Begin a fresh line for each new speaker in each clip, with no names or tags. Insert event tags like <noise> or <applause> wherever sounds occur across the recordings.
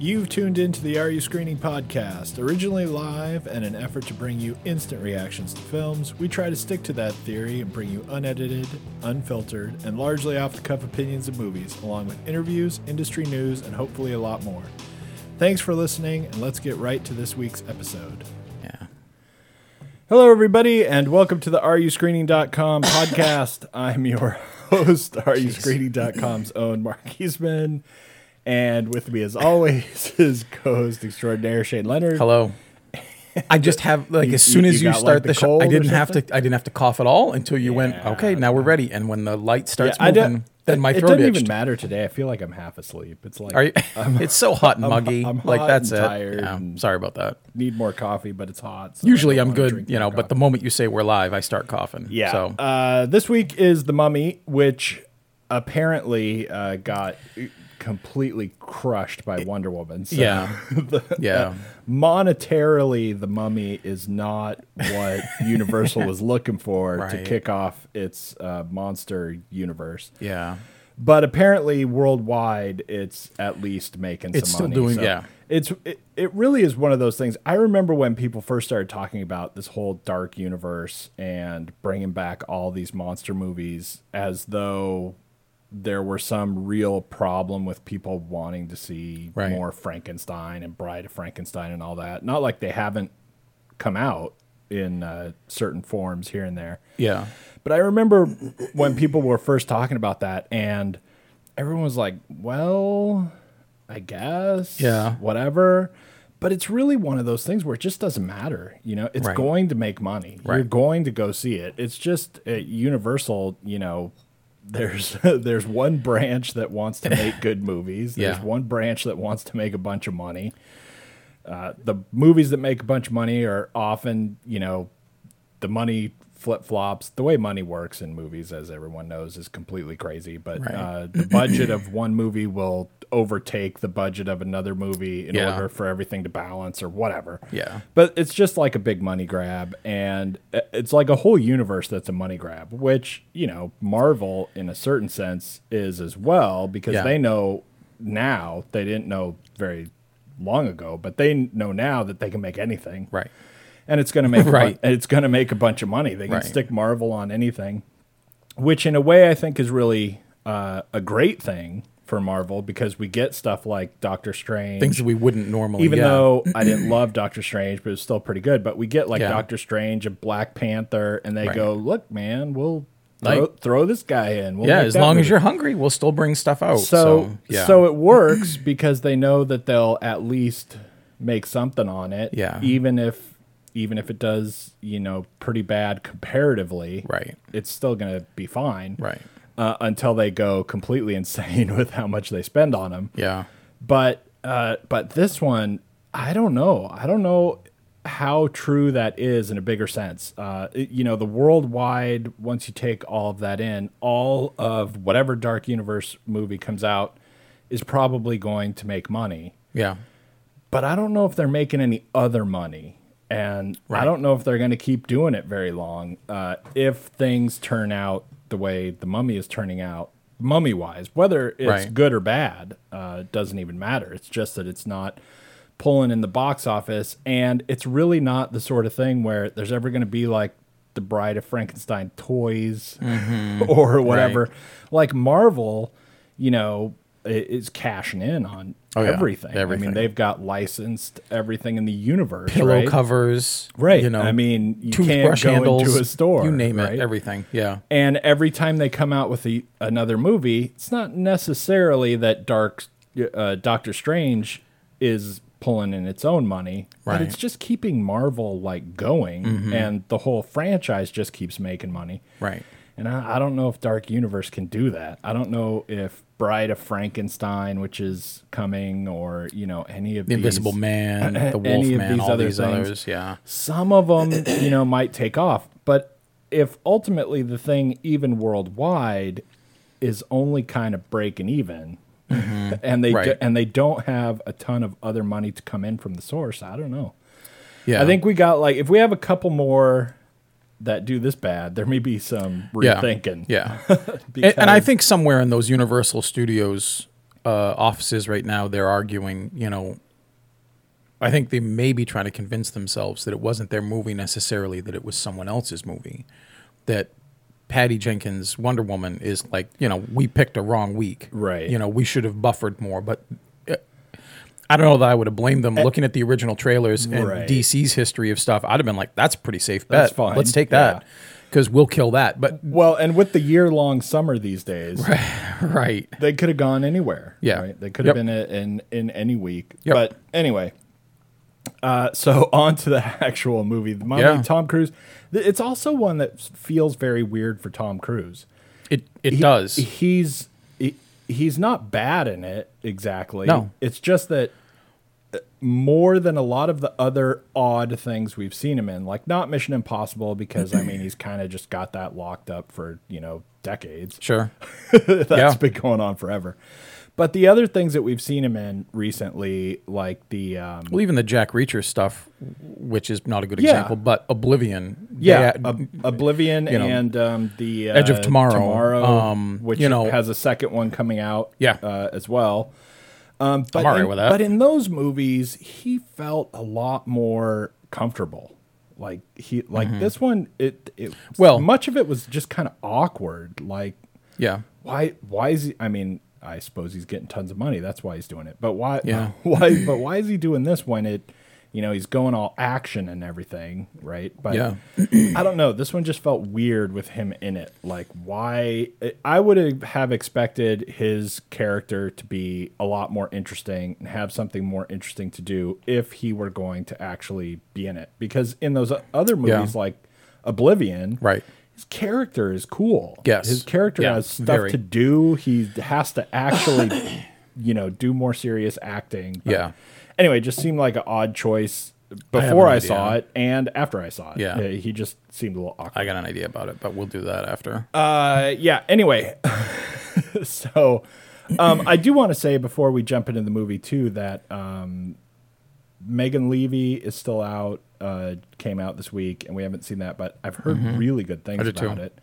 You've tuned into the Are You Screening podcast, originally live and an effort to bring you instant reactions to films. We try to stick to that theory and bring you unedited, unfiltered, and largely off the cuff opinions of movies, along with interviews, industry news, and hopefully a lot more. Thanks for listening, and let's get right to this week's episode.
Yeah.
Hello, everybody, and welcome to the
<laughs>
RUScreening.com podcast. I'm your host, RUScreening.com's own Mark Eastman. And with me, as always, <laughs> is co host extraordinaire Shane Leonard.
Hello. I just have like
You-
as soon
you-
as
you
you,
got,
start
like, the
the, show,
cold
I
or
didn't have to.
something?
I didn't have to cough at all until you went.
Yeah.
Okay, now we're ready. And when the light starts
I don't-
moving, then my
it
throat
doesn't even
itched.
matter today. I feel like I'm half asleep. It's like
Are you? <laughs> it's so hot
<laughs>
and
I'm-
muggy.
I'm
like
hot
that's
and
it.
tired
Yeah,
and-
sorry about that.
need more coffee, but it's hot. so I
Usually
don't
I'm
wanna
good,
drink
you know,
more
but the moment you say we're live, I start coughing.
Yeah. <laughs>
So
uh, this week is the Mummy, which apparently uh, got completely crushed by Wonder Woman. So
yeah,
<laughs>
yeah.
monetarily, the Mummy is not
<laughs>
what Universal was looking for to
Right.
kick off its uh, monster universe.
yeah.
But apparently, worldwide, it's at least making
It's
some
still
money.
doing- yeah.
It's it, it really is one of those things. I remember when people first started talking about this whole dark universe and bringing back all these monster movies as though there were some real problem with people wanting to see
Right.
more Frankenstein and Bride of Frankenstein and all that. Not like they haven't come out in uh, certain forms here and there.
Yeah.
But I remember when people were first talking about that, and everyone was like, well, I guess.
Yeah.
Whatever. But it's really one of those things where it just doesn't matter. You know, it's
Right.
going to make money. You're
Right.
going to go see it. It's just at Universal, you know. There's <laughs> there's one branch that wants to make good movies. There's
<laughs> Yeah.
one branch that wants to make a bunch of money. Uh, the movies that make a bunch of money are often, you know, the money flip flops. The way money works in movies, as everyone knows, is completely crazy. But
Right.
uh, the budget of one movie will overtake the budget of another movie in
Yeah.
order for everything to balance or whatever.
Yeah.
But it's just like a big money grab. And i- it's like a whole universe that's a money grab, which, you know, Marvel in a certain sense is as well because
Yeah.
they know now, they didn't know very long ago, but they know now that they can make anything
Right.
and it's going to make
Right.
a, bu- it's going to make a bunch of money. They can
Right.
stick Marvel on anything, which in a way I think is really uh, a great thing for Marvel because we get stuff like Doctor Strange.
Things that we wouldn't normally.
even
yeah.
though I didn't love Doctor Strange, but it's still pretty good. But we get like
Yeah.
Doctor Strange and Black Panther, and they
Right.
go, "Look, man, we'll throw,
Like-
throw this guy in." We'll
yeah,
make
as
that
long as
movie."
you're hungry, we'll still bring stuff out.
So so,
yeah.
it works because they know that they'll at least make something on it.
Yeah.
Even if even if it does, you know, pretty bad comparatively.
Right.
It's still gonna be fine.
Right.
Uh, until they go completely <laughs> insane with how much they spend on them.
Yeah.
But uh, but this one, I don't know. I don't know how true that is in a bigger sense. Uh, it- you know, the worldwide. Once you take all of that in, all of whatever Dark Universe movie comes out is probably going to make money.
Yeah.
But I don't know if they're making any other money. And I
Right.
don't know if they're going to keep doing it very long. Uh, if things turn out the way the mummy is turning out, mummy wise, whether it's
Right.
good or bad uh, doesn't even matter. It's just that it's not pulling in the box office, and it's really not the sort of thing where there's ever going to be like the Bride of Frankenstein toys
Mm-hmm.
<laughs> or whatever. Like Marvel, you know, i- is cashing in on
Oh, yeah.
everything. I mean,
Everything.
they've got licensed everything in the universe.
pillow
right?
covers,
Right.
You know,
I mean, you can't
toothbrush
go
handles,
into a store,
you name
right?
it, everything. Yeah,
And every time they come out with the, another movie, it's not necessarily that Dark uh, Doctor Strange is pulling in its own money, but
Right. Mm-hmm.
it's just keeping Marvel like going, and the whole franchise just keeps making money.
right.
And I, I don't know if Dark Universe can do that. I don't know if Bride of Frankenstein, which is coming, or you know any of
The Invisible
these, <clears throat>
Man,
any
the
of
Wolf Man,
these
all
other
these
things.
others. Yeah,
some of them you know might take off but if ultimately the thing even worldwide is only kind of breaking even and they
Mm-hmm. Right.
do- and they don't have a ton of other money to come in from the source i don't know
yeah.
i think we got like if we have a couple more that do this bad there may be some
yeah,
rethinking <laughs>
Yeah, and, and I think somewhere in those Universal Studios uh, offices right now, they're arguing, you know, I think they may be trying to convince themselves that it wasn't their movie necessarily, that it was someone else's movie. That Patty Jenkins' Wonder Woman is like, you know, we picked a wrong week.
Right.
You know, we should have buffered more. But uh, I don't know that I would have blamed them. Looking at the original trailers and
Right.
DC's history of stuff, I'd have been like, that's a pretty safe bet.
That's fine.
Let's take that because we'll kill that. But, <sighs>
Well, and with the year long summer these days,
right.
they could have gone anywhere.
Yeah.
They could have
Yep.
been a- in in any week.
Yep.
But anyway, uh, so <laughs> on to the actual movie. The Mummy,
Yeah.
Tom Cruise. Th- It's also one that s- feels very weird for Tom Cruise.
It, it
He-
does.
He's he, he's not bad in it exactly.
No.
It's just that uh, more than a lot of the other odd things we've seen him in, like not Mission Impossible, because I mean he's kind of just got that locked up for you know decades.
sure.
<laughs> That's
Yeah.
been going on forever. But the other things that we've seen him in recently, like the um,
Well, even the Jack Reacher stuff, which is not a good
Yeah.
example, but Oblivion. they
yeah, um,
had-
Ob- Oblivion
you know,
and um, the uh,
Edge of Tomorrow,
Tomorrow,
um,
which
you know-
has a second one coming out,
Yeah.
uh, as well. Um, but
I'm all right
in,
with that.
But in those movies, he felt a lot more comfortable. Like he, like this one, it, it
Mm-hmm. Well-
much of it was just kind of awkward. Like
yeah.
why why is he i mean i suppose he's getting tons of money that's why he's doing it but why
Yeah.
<laughs> why but why is he doing this when it you know he's going all action and everything right but
Yeah.
i don't know this one just felt weird with him in it like why i would have expected his character to be a lot more interesting and have something more interesting to do if he were going to actually be in it because in those other movies like oblivion
Right.
his character is cool.
Yes.
His character
Yeah,
has stuff
very.
to do. He has to actually, <coughs> you know, do more serious acting. But
Yeah.
Anyway, it just seemed like an odd choice
have
before
an
I,
idea.
saw it and after I saw it.
Yeah.
Uh, He just seemed a little awkward.
I got an idea about it, but we'll do that after.
Uh, yeah. Anyway, <laughs> so um, I do want to say before we jump into the movie too that um, Megan Levy is still out. Uh, came out this week, and we haven't seen that, but I've heard really good things
Mm-hmm. did
about
too.
it.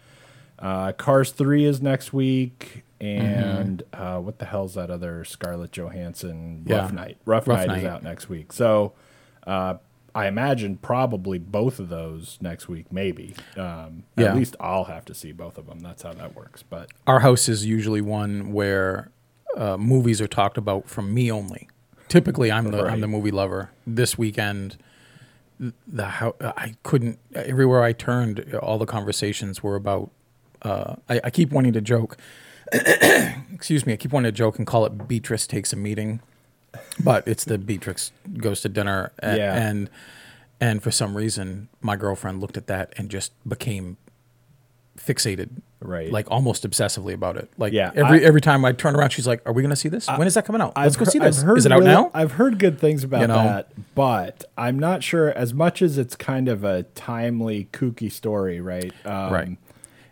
Uh, Cars Three is next week,
Mm-hmm.
and uh, what the hell's that other Scarlett Johansson Rough
Yeah.
Night? Rough,
Rough
Night, is
Night.
out next week, so. Uh, I imagine probably both of those next week, maybe. Um,
Yeah.
At least I'll have to see both of them. That's how that works. But
Our house is usually one where uh, movies are talked about from me only. Typically, I'm the I'm the
Right.
movie lover. This weekend, th- the how I couldn't. Everywhere I turned, all the conversations were about. Uh, I, I keep wanting to joke. <coughs> excuse me. I keep wanting to joke and call it Beatrice takes a meeting, but it's the Beatrix goes to dinner. a-
Yeah.
And and for some reason, my girlfriend looked at that and just became fixated
Right.
like almost obsessively about it like
Yeah,
every
I-
every time i turn around she's like are we gonna see this when is that coming out let's go
I've
see
heard-
this
I've heard
is it out
really-
now
I've heard good things about
You know?
that, but I'm not sure. As much as it's kind of a timely, kooky story, right? Um,
Right.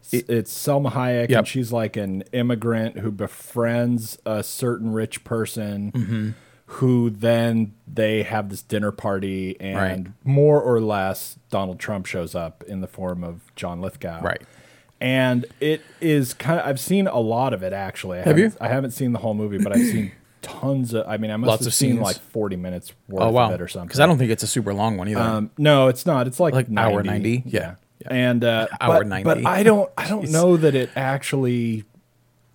s- it's Selma Hayek,
Yep.
and she's like an immigrant who befriends a certain rich person.
Mm-hmm.
Who then they have this dinner party, and
Right.
more or less Donald Trump shows up in the form of John Lithgow.
Right.
And it is kind of, I've seen a lot of it actually. I have
you?
I haven't seen the whole movie, but I've seen tons of, I mean, I must
Lots
have
of
seen
scenes.
like 40 minutes worth
oh wow
of it or something.
because i don't think it's a super long one either
um, no, it's not. It's like,
Like hour 90? Yeah.
And, uh,
<laughs> Hour
but,
90.
But I don't, I don't
Jeez.
know that it actually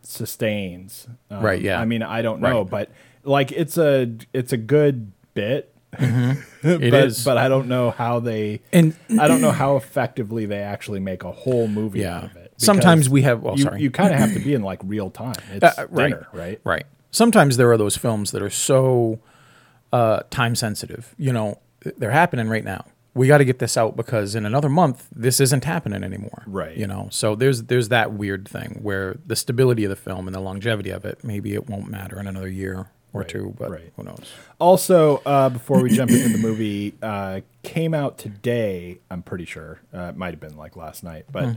sustains. Um,
Right, yeah.
I mean, I don't know,
Right.
but like it's a, it's a good bit.
Mm-hmm.
<laughs>
It
but,
is.
but I don't know how they
And-
I don't know how effectively they actually make a whole movie
Yeah.
out of it.
Sometimes
because
we have- well,
you,
sorry.
you kind of have to
<laughs>
be in like real time. It's
Uh,
right. right?
Right. Sometimes there are those films that are so uh, time sensitive. You know, they're happening right now. We got to get this out because in another month this isn't happening anymore.
Right.
You know, so there's there's that weird thing where the stability of the film and the longevity of it maybe it won't matter in another year or two, but
right.
who knows?
Also, uh, before we jump into the movie, uh, came out today. I'm pretty sure uh, it might have been like last night, but
Hmm.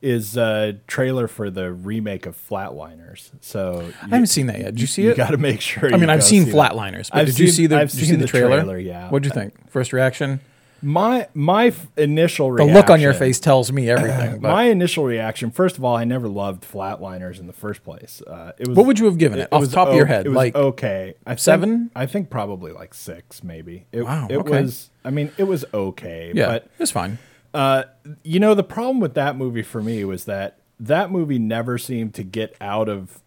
is a trailer for the remake of Flatliners. So
I haven't seen that yet. Did you see
you
it?
got to make sure.
I mean,
you
I've
go
seen
see that.
Flatliners, but
I've
did you
seen-
see the
I've
did you see
seen
the
the
trailer?
trailer, yeah.
What'd you think? First reaction?
My my f- initial
The
reaction,
look on your face tells
<clears throat>
me everything. But
My initial reaction, first of all, I never loved flatliners in the first place. Uh, it was
what would you have given it,
it
off
was
the top of your
o-
head?
It was
Like
okay, I think-
seven?
I think probably like six, maybe. It,
Wow,
It
okay.
was. I mean, it was okay.
yeah,
But
it's fine.
uh, you know, the problem with that movie for me was that that movie never seemed to get out of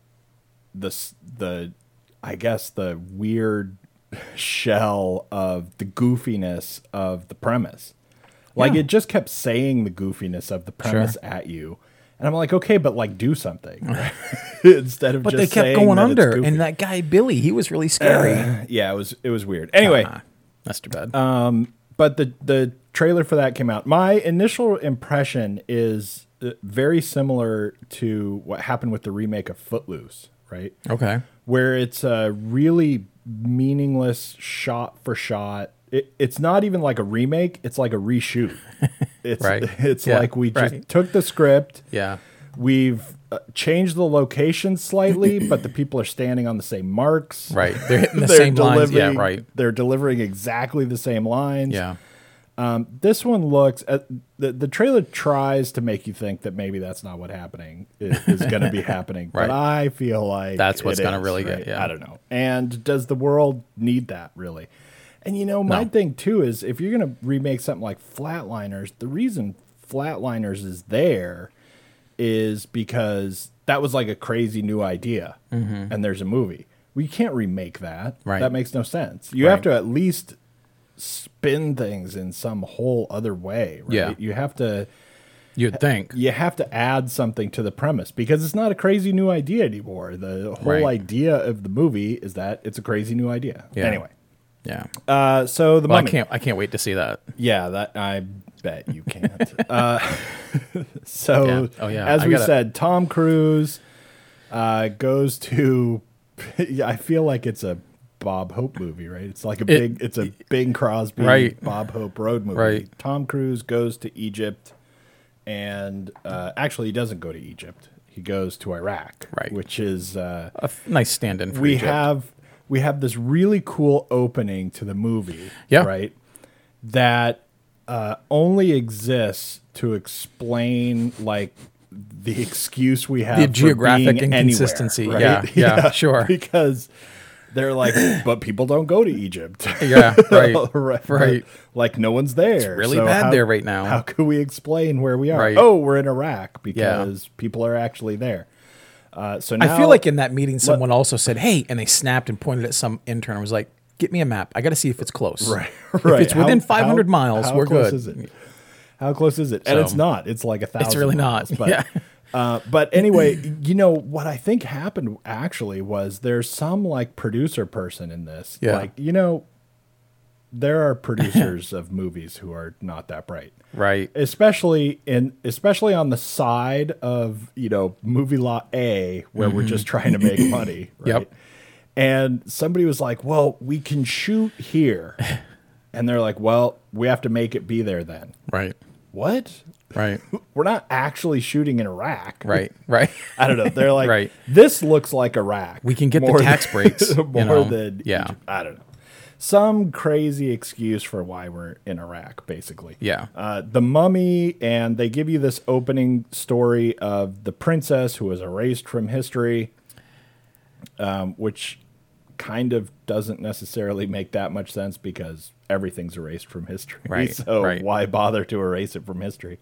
the s- the I guess the weird <laughs> shell of the goofiness of the premise. Like it just kept saying the goofiness of the premise at you. And I'm like, okay, but like do something
<laughs>
<laughs> instead of.
But
just
they kept
saying
going
that it's
under,
goofy.
and that guy Billy, he was
<clears throat>
really scary.
Uh, yeah, it was it was weird. Anyway,
Ah, that's too bad.
Um, but the the trailer for that came out. My initial impression is uh, very similar to what happened with the remake of Footloose, right?
okay.
Where it's a really meaningless shot for shot. It, it's not even like a remake; it's like a
<laughs>
reshoot. It's <laughs>
Right.
it's
Yeah,
like we just
right.
took the script,
Yeah.
we've uh, changed the location slightly, but the people are standing on the same marks. <laughs>
Right. They're hitting the
They're
same lines. Yeah.
delivering-
Right.
They're delivering exactly the same lines.
Yeah.
This one looks at the the trailer tries to make you think that maybe that's not what happening is, is going
<laughs>
to be happening,
Right.
but I feel like
That's what's
it
gonna
is,
really get- yeah.
I don't know. And does the world need that really? And you know, my thing too is if you're going to remake something like Flatliners, the reason Flatliners is there is because that was like a crazy new idea, and there's a movie. We can't remake that.
Mm-hmm. Right.
That makes no sense. You have to at least spin things in some whole other way right
Yeah.
you have to
You'd think.
you have to add something to the premise because it's not a crazy new idea anymore the whole
Right.
idea of the movie is that it's a crazy new idea
Yeah.
anyway
Yeah.
uh so the
Well, I
Mummy.
can't. I can't wait to see that.
yeah that i bet you
<laughs>
can't uh so
Yeah. Oh, yeah.
as
I
we
gotta-
said tom cruise uh goes to <laughs> i feel like it's a bob hope movie right it's like a big it's a bing crosby
Right.
bob hope road movie
Right.
tom cruise goes to egypt and uh actually he doesn't go to egypt he goes to iraq
Right.
which is uh
A f- nice stand-in. For
we
Egypt.
have we have this really cool opening to the movie
Yeah.
right that uh, only exists to explain like the excuse we have
The
for
geographic
being anywhere,
inconsistency.
right?
Yeah,
<laughs>
yeah, sure.
because they're like but people don't go to egypt
<laughs> Yeah. Right.
<laughs> right,
Right.
like no one's there it's
really bad there right now.
how could we explain where we are
Right.
oh we're in iraq because people are actually there uh, so now
I feel like in that meeting, someone also said, "Hey," and they snapped and pointed at some intern. and Was like, "Get me a map. I got to see if it's close.
Right.
<laughs> If
right.
it's within
How-
500
how-
miles,
how
we're
close
good.
Is it? How close is it? And
So-
it's not. It's like a thousand.
really not.
miles, But,
<laughs> Yeah.
uh, but anyway, you know what I think happened actually was there's some like producer person in this.
Yeah.
Like you know, there
<laughs>
are producers of movies who are not that bright.
Right.
Especially in, especially on the side of you know movie lot A, where we're just trying to make
<clears throat>
money,
Mm-hmm. Yep.
right? And somebody was like, "Well, we can shoot
<laughs>
here," and they're like, "Well, we have to make it be there then."
Right.
What?
Right.
We're not actually shooting in Iraq,
Right. Right. <laughs>
<laughs> I don't know. They're like,
Right.
this looks like Iraq.
We can get the
<laughs>
tax breaks, you
more
know?
than
Yeah.
I don't know. Some crazy excuse for why we're in Iraq, basically.
Yeah.
Uh, the mummy, and they give you this opening story of the princess who was erased from history, um, which kind of doesn't necessarily make that much sense because everything's erased from history. <laughs>
Right,
So
right.
why bother to erase it from history?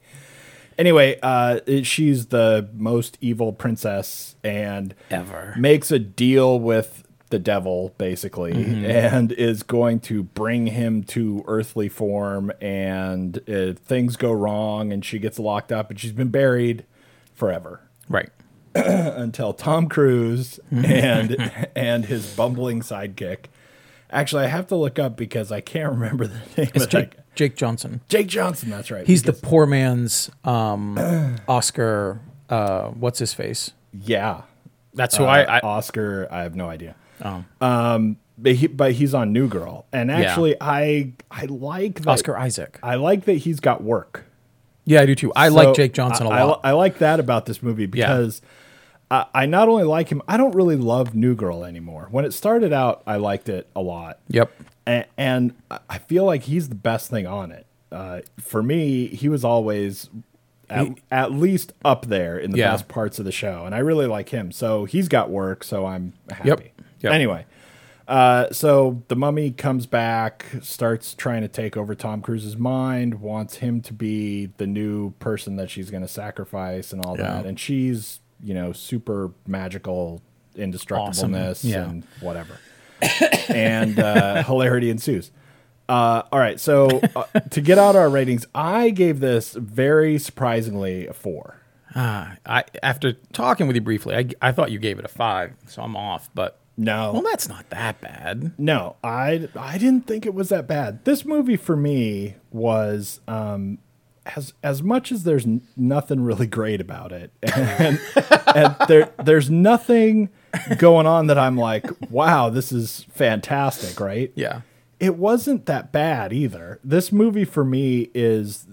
Anyway, uh, it- she's the most evil princess and
Ever.
makes a deal with the devil, basically,
Mm-hmm.
and is going to bring him to earthly form. And uh, things go wrong, and she gets locked up, and she's been buried forever
Right.
until Tom Cruise
<laughs>
and and his bumbling sidekick. Actually, I have to look up because I can't remember the name.
It's
of that
Jake,
guy.
Jake Johnson.
Jake Johnson. That's right.
He's the
because-
poor man's um, <clears throat> Oscar. Uh, what's his face?
yeah.
That's who
Uh,
I- I-
Oscar. I have no idea. Oh. Um, but he but he's on New Girl, and actually, I I like that,
Oscar Isaac.
I like that he's got work.
Yeah, I do too. I
So
like Jake Johnson a
I- I
lot.
li- I, like that about this movie because I, I not only like him, I don't really love New Girl anymore. When it started out, I liked it a lot.
yep.
and, and I I feel like he's the best thing on it. uh, for me, he was always at, at least up there in the
Yeah.
best parts of the show, and I really like him. So he's got work, so I'm happy.
Yep. Yep.
Anyway, uh, so the mummy comes back, starts trying to take over Tom Cruise's mind, wants him to be the new person that she's going to sacrifice and all
Yeah.
that, and she's you know super magical indestructibleness
Awesome. Yeah.
and whatever <coughs> and uh, hilarity ensues. Uh, all right, so uh, to get out our ratings, I gave this very surprisingly a four.
Ah, I after talking with you briefly, I, I thought you gave it a five, so I'm off. But
No,
well, that's not that bad.
no, I I didn't think it was that bad. This movie for me was um, as as much as there's n- nothing really great about it, <laughs> and, and there there's nothing going on that I'm like, wow, this is fantastic, right?
Yeah,
it wasn't that bad either. This movie for me is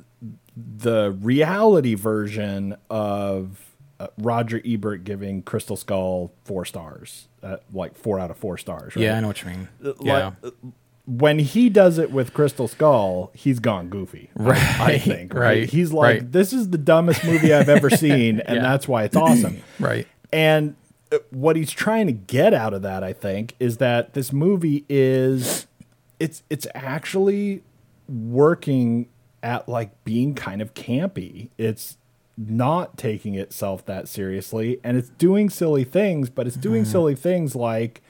the reality version of uh, Roger Ebert giving Crystal Skull four stars, uh, like four out of four stars. Right?
yeah, I know what you mean. yeah,
Like, when he does it with Crystal Skull, he's gone goofy. Right. I think. Right.
right,
He's like,
right.
this is the dumbest movie I've ever seen, and
<laughs> Yeah.
that's why it's awesome.
right.
And uh, what he's trying to get out of that, I think, is that this movie is it's it's actually working at like being kind of campy. It's not taking itself that seriously and it's doing silly things, but it's doing silly things like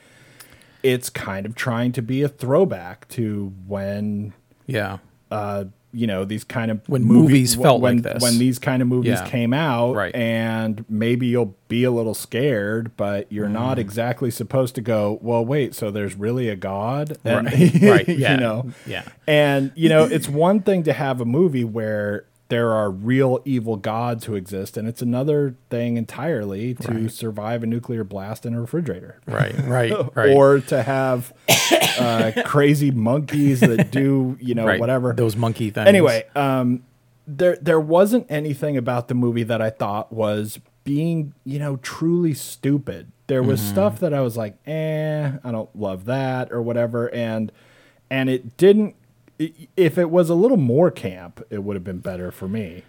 it's kind of trying to be a throwback to when
Yeah,
uh, you know these kind of
When
movie-
movies
wh-
felt
when,
like this.
when these kind of movies
Yeah.
came out
Right.
and maybe you'll be a little scared but
Mm.
you're not exactly supposed to go well wait so there's really a god and,
Right. Right.
<laughs>
Yeah.
you know
Yeah.
and you know it's one thing to have a movie where there are real evil gods who exist and it's another thing entirely to survive a nuclear blast in a refrigerator <laughs>
right, right, right.
or to have uh, crazy monkeys that do you know
right.
whatever
those monkey things.
Anyway, um, there there wasn't anything about the movie that I thought was being you know truly stupid. There was
Mm-hmm.
stuff that I was like, eh, I don't love that or whatever, and and it didn't. i- If it was a little more camp, it would have been better for me.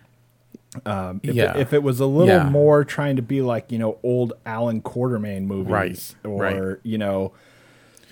Um, if,
Yeah.
it, if it was a little
Yeah.
more trying to be like you know old Alan Quartermain movies
Right,
or
right.
you know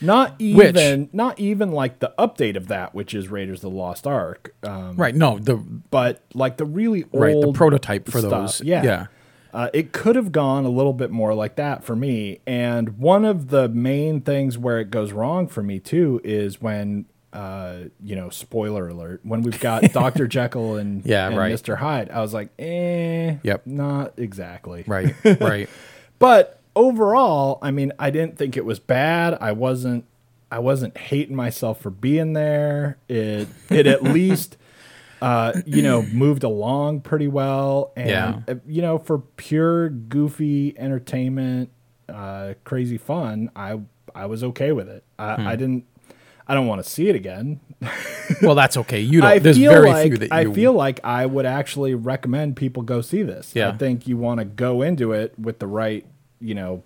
not
Which-
even not even like the update of that, which is Raiders of the Lost Ark. Um,
right? No, the
but like the really old
right the prototype for
stuff,
those.
Yeah,
yeah,
Uh, it could have gone a little bit more like that for me. And one of the main things where it goes wrong for me too is when. Uh, you know, spoiler alert. When we've
<laughs>
got Doctor Jekyll and,
Yeah,
and
right.
Mr. Hyde, I was like, eh,
Yep.
not exactly. <laughs>
right, right.
But overall, I mean, I didn't think it was bad. I wasn't I wasn't hating myself for being there. It it at least uh, you know, moved along pretty well and
Yeah.
uh, you know, for pure goofy entertainment, uh crazy fun, I I was okay with it. I, I didn't I don't want to see it again.
Well, that's okay. You don't.
I
there's
feel
very
like
few that
I
you.
feel like I would actually recommend people go see this. I
Yeah.
think you want to go into it with the right, you know,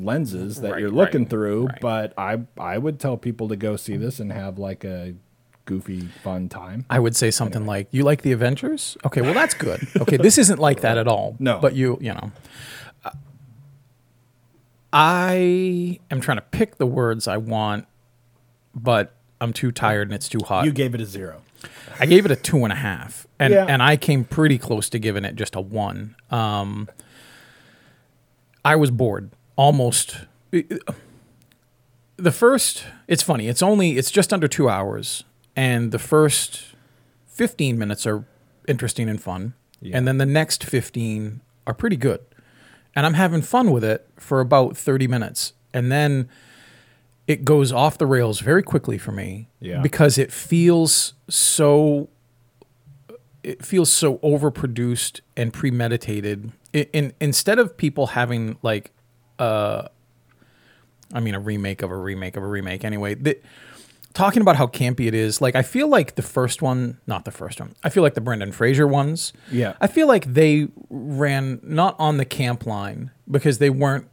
lenses that
Right,
you're looking
right,
through.
right.
But I I would tell people to go see this and have like a goofy fun time.
I would say something like, "You like the Avengers? Okay, well that's good. Okay, this isn't like that at all.
No.
but you, you know, I am trying to pick the words I want, but I'm too tired and it's too hot.
You gave it a zero.
I gave it a two and a half, and
Yeah.
and I came pretty close to giving it just a one. Um, I was bored almost. The first, it's funny. It's only it's just under two hours, and the first fifteen minutes are interesting and fun, and then the next fifteen are pretty good, and I'm having fun with it for about thirty minutes, and then it goes off the rails very quickly for me
Yeah.
because it feels so it feels so overproduced and premeditated I in, instead of people having like uh i mean a remake of a remake of a remake anyway that talking about how campy it is like i feel like the first one not the first one i feel like the brendan fraser ones
Yeah.
i feel like they ran not on the camp line because they weren't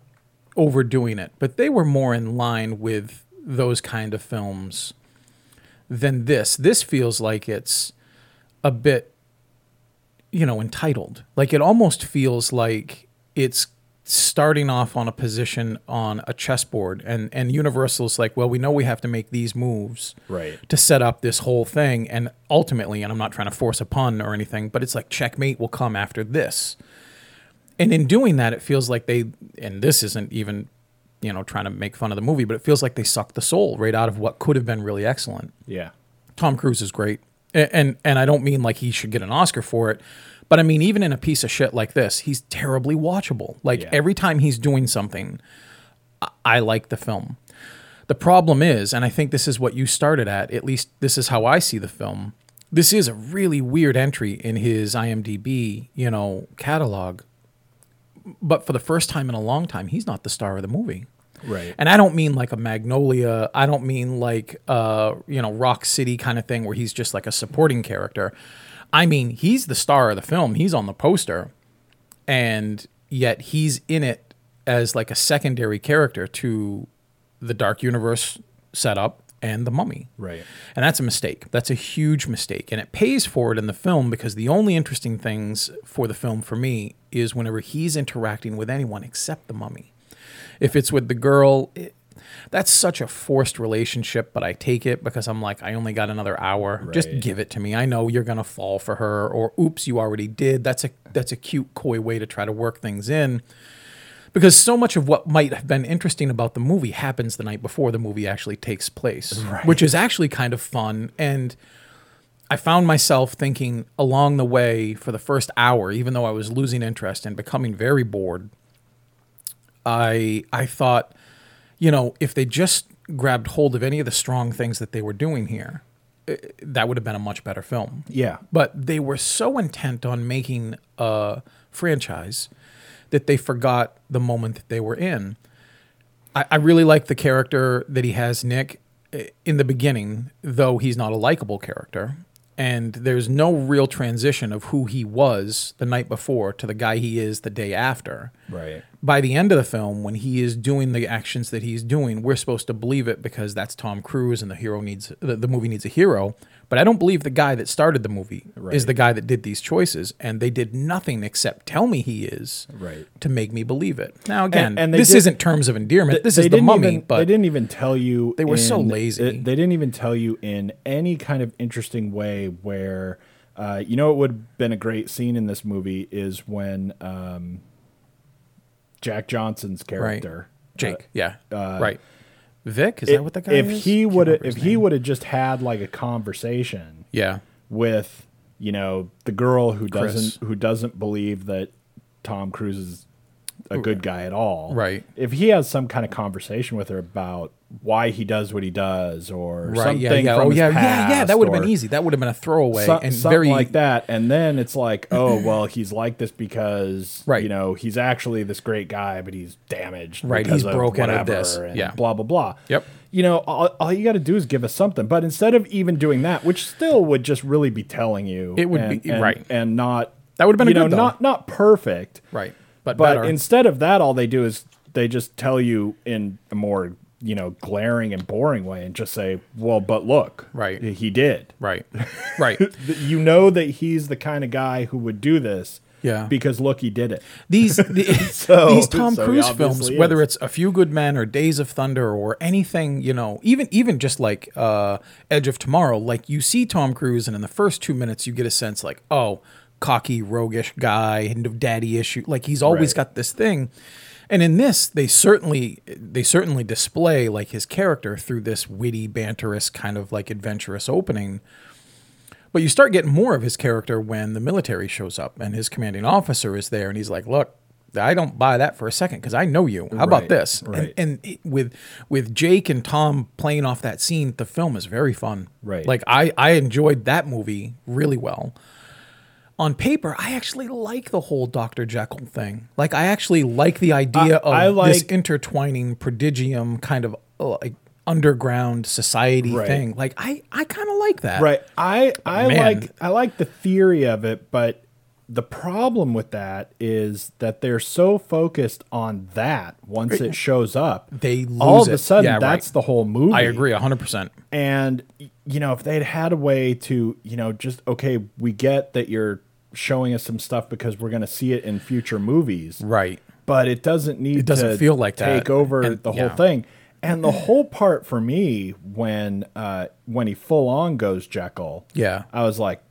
overdoing it but they were more in line with those kind of films than this this feels like it's a bit, you know, entitled. Like it almost feels like it's starting off on a position on a chessboard, and and Universal's like, well, we know we have to make these moves
Right.
to set up this whole thing, and ultimately, and I'm not trying to force a pun or anything, but it's like checkmate will come after this. And in doing that, it feels like they, and this isn't even, you know, trying to make fun of the movie, but it feels like they sucked the soul right out of what could have been really excellent.
Yeah.
Tom Cruise is great. A- And and I don't mean like he should get an Oscar for it, but I mean even in a piece of shit like this, he's terribly watchable. Like
Yeah.
every time he's doing something, I, I like the film. The problem is, and I think this is what you started at, at least this is how I see the film. This is a really weird entry in his IMDb, you know, catalog. But for the first time in a long time, he's not the star of the movie.
Right.
And I don't mean like a Magnolia. I don't mean like uh, you know Rock City kind of thing where he's just like a supporting character. I mean he's the star of the film. He's on the poster, and yet he's in it as like a secondary character to the Dark Universe setup and the Mummy.
Right.
And that's a mistake. That's a huge mistake. And it pays for it in the film because the only interesting things for the film for me is whenever he's interacting with anyone except the mummy. If it's with the girl, it, that's such a forced relationship, but I take it because I'm like, I only got another hour. Just
Right.
give it to me. I know you're gonna fall for her, or oops, you already did. That's a that's a cute, coy way to try to work things in because so much of what might have been interesting about the movie happens the night before the movie actually takes place, which is actually kind of fun. And I found myself thinking along the way for the first hour, even though I was losing interest and becoming very bored. I I thought, you know, if they just grabbed hold of any of the strong things that they were doing here, eh, that would have been a much better film.
Yeah.
But they were so intent on making a franchise that they forgot the moment that they were in. I, I really like the character that he has, Nick, i- in the beginning, though he's not a likable character. And there's no real transition of who he was the night before to the guy he is the day after
Right.
by the end of the film, when he is doing the actions that he's doing, we're supposed to believe it because that's Tom Cruise and the hero needs the, the movie needs a hero. But I don't believe the guy that started the movie is
Right.
the guy that did these choices, and they did nothing except tell me he is
Right.
to make me believe it. Now again,
and they
this
did-
isn't terms of endearment. this
They
is the
didn't
mummy,
even- they
but
didn't even tell you
They were so lazy.
They, they didn't even tell you in any kind of interesting way where uh, you know what would have been a great scene in this movie is when um, Jack Johnson's
right,
character
Jake,
uh,
yeah, right. Vic, is that what the guy
if
is?
he
Can't
would have
remember his
if he
name.
would have just had like a conversation
yeah,
with you know the girl who
Chris.
doesn't who doesn't believe that Tom Cruise is a good guy at all.
Right.
If he has some kind of conversation with her about why he does what he does or
right,
something
yeah, yeah,
from
oh
his
yeah, yeah, yeah.
past
That would have
or
been easy. That would have been a throwaway
so-
and
something
very
like that, and then it's like, oh well, he's like this because
<clears throat> Right.
you know he's actually this great guy, but he's damaged,
Right,
because
he's
of
broken at
whatever,
this.
and
Yeah.
blah blah blah.
Yep.
You know, all, all you got to do is give us something. But instead of even doing that, which still would just really be telling you,
It would
and-
be-
and-
right.
and not
That would've been
you
a
know
good, though.
not not perfect,
right, but,
but
better.
instead of that, all they do is they just tell you in a more you know glaring and boring way, and just say, well, but look,
Right.
he did,
Right. <laughs> Right.
th- you know that he's the kind of guy who would do this.
Yeah.
Because look, he did it. <laughs>
these the,
So-
these Tom
so he
Cruise films,
obviously
whether
is.
it's A Few Good Men or Days of Thunder or anything, you know, even even just like uh, Edge of Tomorrow, like you see Tom Cruise, and in the first two minutes, you get a sense like, oh, cocky, roguish guy, and of daddy issue. Like he's always
Right.
got this thing. And in this, they certainly they certainly display like his character through this witty, banterous kind of like adventurous opening. But you start getting more of his character when the military shows up and his commanding officer is there and he's like, "Look, I don't buy that for a second because I know you. How about
Right,
this?"
right.
And, and it- with with Jake and Tom playing off that scene, the film is very fun.
Right.
Like I I enjoyed that movie really well. On paper, I actually like the whole Dr. Jekyll thing. Like I actually like the idea of
I
this
like-
intertwining prodigium kind of uh, like underground society
Right.
thing. Like I I kind of like that.
Right. I I
Man.
like I like the theory of it, but the problem with that is that they're so focused on that once it shows up,
They
all
lose
of a
it.
sudden
Yeah, right.
that's the whole movie.
I agree 100%.
And y- you know, if they'd had a way to, you know, just okay, we get that you're showing us some stuff because we're going to see it in future movies,
Right.
but it doesn't need it
doesn't
to
feel like that.
take over
And-
the whole
yeah.
thing. And the whole part for me when uh when he full on goes Jekyll,
Yeah.
I was like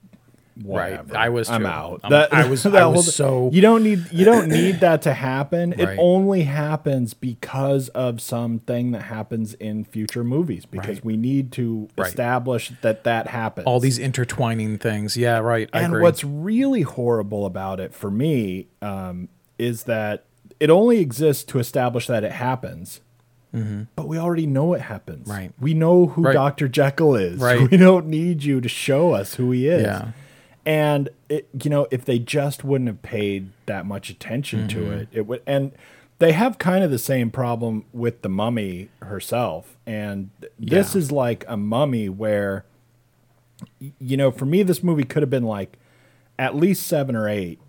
whatever.
I was
I'm
too.
out.
I'm- I
<laughs>
was- I was so-
you don't need you don't
<coughs>
need that to happen. It
Right.
only happens because of something that happens in future movies because
Right.
we need to
Right.
establish that that happens.
All these intertwining things. Yeah, right. I
And
agree.
what's really horrible about it for me um, is that it only exists to establish that it happens. But we already know it happens.
Mm-hmm. Right.
We know who
Right.
Dr. Jekyll is.
Right.
<laughs> We don't need you to show us who he is.
Yeah.
And it, you know, if they just wouldn't have paid that much attention
Mm-hmm.
to it, it would. And they have kind of the same problem with the mummy herself. And th- this
Yeah.
is like a mummy where you know, for me, this movie could have been like at least seven or eight.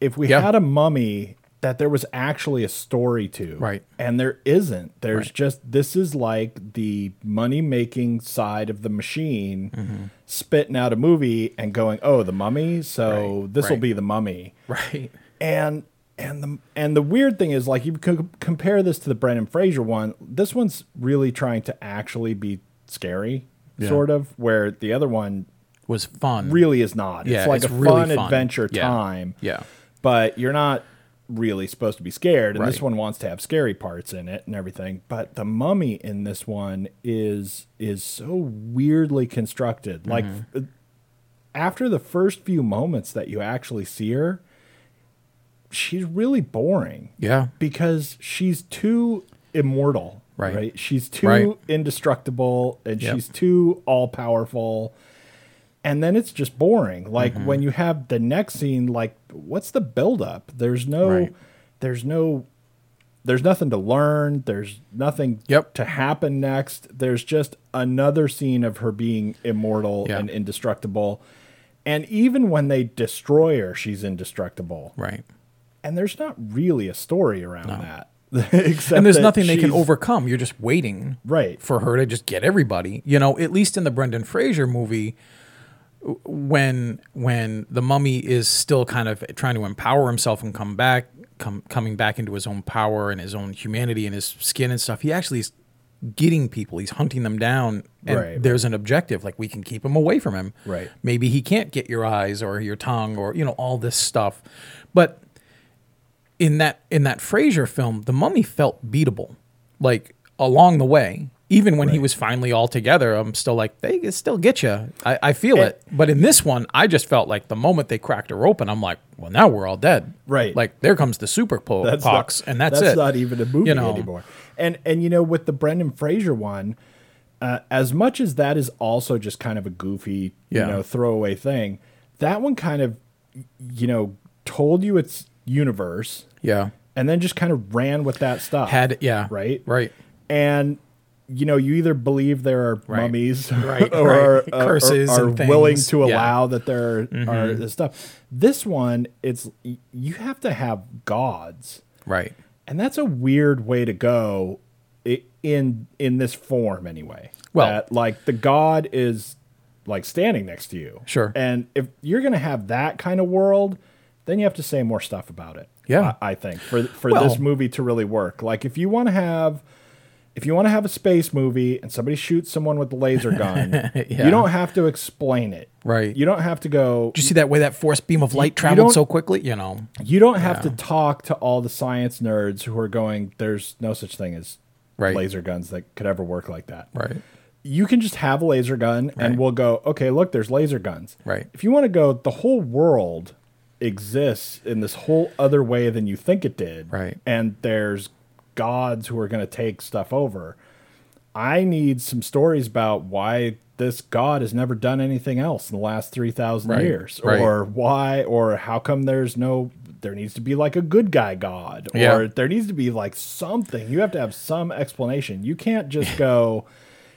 If we
Yeah.
had a mummy that there was actually a story to,
Right.
And there isn't. There's just this is like the money making side of the machine
Mm-hmm.
spitting out a movie and going, "Oh, the mummy." So
Right,
this will
right.
be the mummy
<laughs> right.
and and the and the weird thing is like you could compare this to the Brendan Fraser one. This one's really trying to actually be scary,
Yeah.
sort of, where the other one
Was fun.
really is not.
Yeah,
it's like
it's
a
really
fun,
fun.
adventure
Yeah.
time.
Yeah.
But you're not really supposed to be scared. And this
Right.
one wants to have scary parts in it and everything. But the mummy in this one is is so weirdly
Mm-hmm.
constructed. Like f- after the first few moments that you actually see her, she's really boring
Yeah.
because she's too immortal
Right.
she's too
Right.
indestructible and
Yep.
she's too all powerful and then it's just boring like
Mm-hmm.
when you have the next scene like what's the buildup there's no
Right.
there's no there's nothing to learn there's nothing
Yep.
to happen next there's just another scene of her being immortal
Yeah.
and indestructible and even when they destroy her she's indestructible
Right.
and there's not really a story around that. <laughs> Except
and there's
that
nothing they can
she's-
overcome. You're just waiting,
Right.
for her to just get everybody. You know, at least in the Brendan Fraser movie, w- when when the mummy is still kind of trying to empower himself and come back, come coming back into his own power and his own humanity and his skin and stuff. He actually is getting people. He's hunting them down, and
Right.
there's an objective. Like we can keep him away from him.
Right.
Maybe he can't get your eyes or your tongue or you know all this stuff, but in that in that Fraser film, the mummy felt beatable, like along the way. Even when he was finally all together, I'm still like, they can still get you. I, I feel
And-
it. But in this one, I just felt like the moment they cracked her open, I'm like, well, now we're all dead.
Right.
Like there comes the super po-
That's
pox,
not-
and that's,
that's
it.
not even a movie
You know?
anymore. And and you know with the Brendan Fraser one, uh, as much as that is also just kind of a goofy,
Yeah.
you know, throwaway thing, that one kind of, you know, told you its universe,
Yeah.
and then just kind of ran with that stuff.
Had yeah.
Right?
Right.
and you know you either believe there are
Right.
mummies <laughs>
Right,
or
right.
are- are-
<laughs> Curses
are,
and
willing
things.
to
Yeah. Mm-hmm.
allow that there are- are this stuff this one it's y- you have to have gods
Right.
and that's a weird way to go i- in in this form anyway
Well-
That, like the god is like standing next to you
Sure.
and if you're gonna have that kind of world then you have to say more stuff about it
Yeah.
i, I think for for
Well-
this movie to really work like if you want to have if you want to have a space movie and somebody shoots someone with a laser gun
<laughs> Yeah.
you don't have to explain it
Right.
you don't have to go
Did you see that way that force beam of light
don't-
traveled so quickly? You know.
you don't have to talk to all the science nerds who are going, there's no such thing as
Right.
laser guns that could ever work like that.
Right.
You can just have a laser gun and we'll go, okay, look, there's laser guns.
Right.
If you want to go, the whole world exists in this whole other way than you think it did.
Right.
And there's gods who are going to take stuff over. I need some stories about why this god has never done anything else in the last 3,000
Right,
years
right.
or why or how come there's no there needs to be like a good guy god or
Yeah.
there needs to be like something you have to have some explanation you can't just go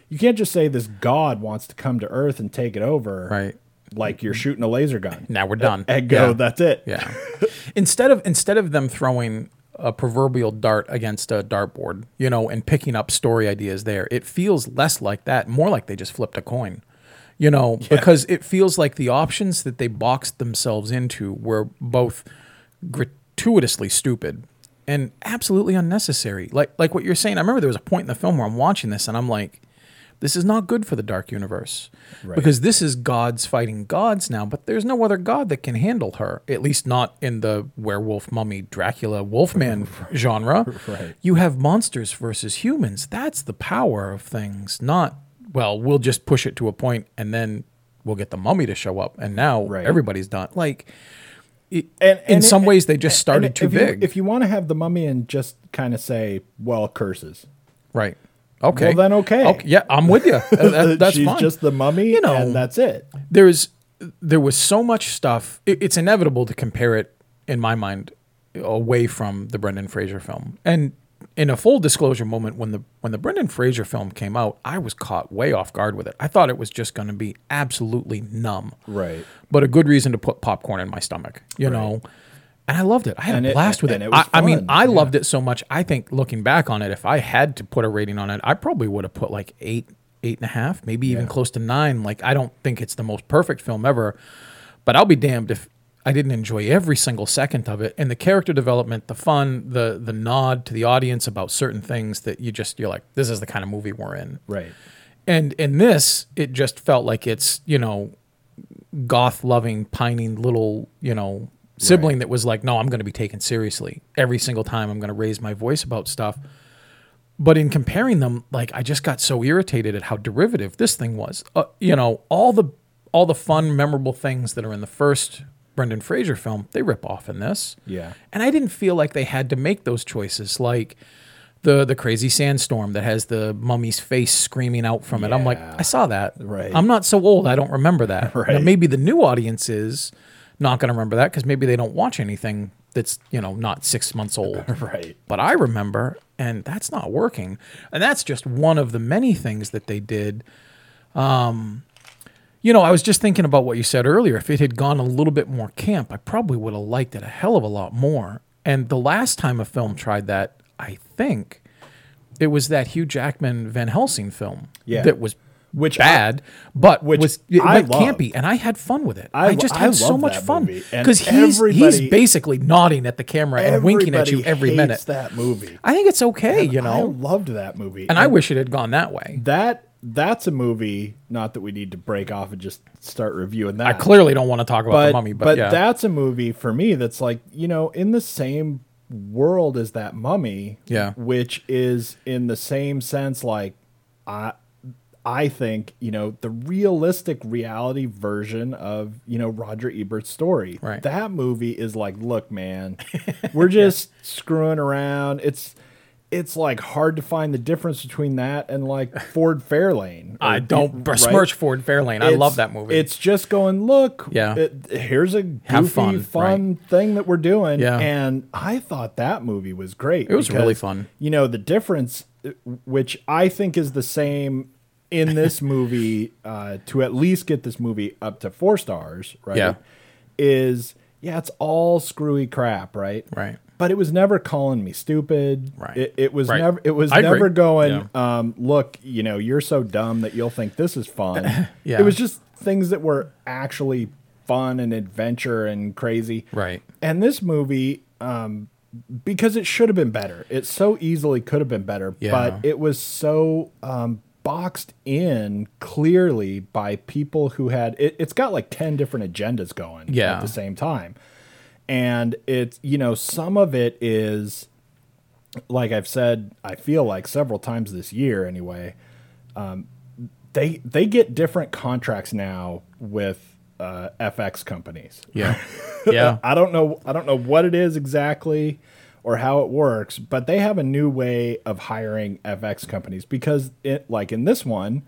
you can't just say this god wants to come to earth and take it over
Right.
like you're shooting a laser gun.
Now we're done.
And go,
Yeah.
that's it.
<laughs> Yeah. instead of instead of them throwing a proverbial dart against a dartboard, you know, and picking up story ideas there, it feels less like that, more like they just flipped a coin. You know, because it feels like the options that they boxed themselves into were both gratuitously stupid and absolutely unnecessary. Like like what you're saying, I remember there was a point in the film where I'm watching this and I'm like, this is not good for the dark universe because this is gods fighting gods now but there's no other god that can handle her at least not in the werewolf mummy dracula
<laughs>
wolfman genre
Right.
you have monsters versus humans that's the power of things not well we'll just push it to a point and then we'll get the mummy to show up and now
Right.
everybody's done like it,
And-
in
and it-
some ways they just
And
started too
if you-
big
if you want to have the mummy and just kind of say, well, curses.
right
Well,
okay
then okay.
yeah i'm
<laughs>
with you That- that's
Uh, She's
fine
just the mummy,
You know.
and that's it.
there is there was so much stuff it, it's inevitable to compare it in my mind away from the brendan fraser film and in a full disclosure moment when the when the brendan fraser film came out i was caught way off guard with it i thought it was just going to be absolutely numb
Right.
but a good reason to put popcorn in my stomach you know and i loved it i had
And
a
it-
blast with
and
it,
it was
I, I mean
fun,
i loved it so much i think looking back on it if i had to put a rating on it i probably would have put like eight eight and a half maybe even close to nine like i don't think it's the most perfect film ever but i'll be damned if i didn't enjoy every single second of it and the character development the fun the the nod to the audience about certain things that you just you're like this is the kind of movie we're in
Right.
and in this, it just felt like it's, you know, goth loving, pining little, you know, sibling that was like, no, I'm going to be taken seriously. Every single time I'm going to raise my voice about stuff. But in comparing them, like I just got so irritated at how derivative this thing was. Uh, you know, all the all the fun, memorable things that are in the first Brendan Fraser film, they rip off in this.
Yeah.
And I didn't feel like they had to make those choices, like the the crazy sandstorm that has the mummy's face screaming out from it. I'm like,
Yeah.
I saw that.
Right.
I'm not so old. I don't remember that.
<laughs>
Now,
Right.
maybe the new audience is not going to remember that because maybe they don't watch anything that's you know not six months old.
<laughs> Right.
But I remember, and that's not working. And that's just one of the many things that they did. You know, I was just thinking about what you said earlier. If it had gone a little bit more camp, I probably would have liked it a hell of a lot more. And the last time a film tried that, I think it was that Hugh Jackman Van Helsing film
Yeah.
that was
Which I-
bad, but
which
was it
I
went
love.
campy, and I had fun with it.
I
I,
lo-
just
I
had so
love
much
that
fun
movie, and
because he's he's
everybody-
basically nodding at the camera and winking at you
Everybody
every
hates
minute.
That movie.
I think it's okay, you
I
know.
loved that movie.
and I wish it had gone that way.
that that's a movie. Not that we need to break off and just start reviewing that.
I clearly don't want to talk about
but
the mummy, but, yeah.
that's a movie for me that's like you know in the same world as that mummy.
Yeah.
which is in the same sense like I. I think you know the realistic reality version of you know Roger Ebert's story.
Right.
That movie is like, look,
<laughs>
man, we're just screwing around. It's it's like hard to find the difference between that and like Ford Fairlane.
I
or-
don't
right?
besmirch Ford Fairlane. I love
It's-
that movie.
It's just going, look,
Yeah.
it- here's a goofy,
Have
fun,
fun,
thing that we're doing.
Yeah.
And I thought that movie was great.
It was really fun.
You know, the difference, uh, which I think is the same in
<laughs>
this movie, uh, to at least get this movie up to four stars, right?
Yeah.
Is, yeah, it's all screwy crap, right?
Right.
But it was never calling me stupid.
Right.
It, it was
Right.
never. It was
I agree.
never going. Um, look, you know, you're so dumb that you'll think this is fun.
<laughs> Yeah.
It was just things that were actually fun and adventure and crazy.
Right.
And this movie, um, because it should have been better, it so easily could have been better,
Yeah.
but it was so um, boxed in clearly by people who had it, it's got like 10 different agendas going
Yeah.
at the same time. And it's, you know, some of it is like I've said, I feel like several times this year anyway, um, they they get different contracts now with uh, FX companies.
<laughs> yeah. Yeah.
I don't know I don't know what it is exactly or how it works, but they have a new way of hiring FX companies because it like in this one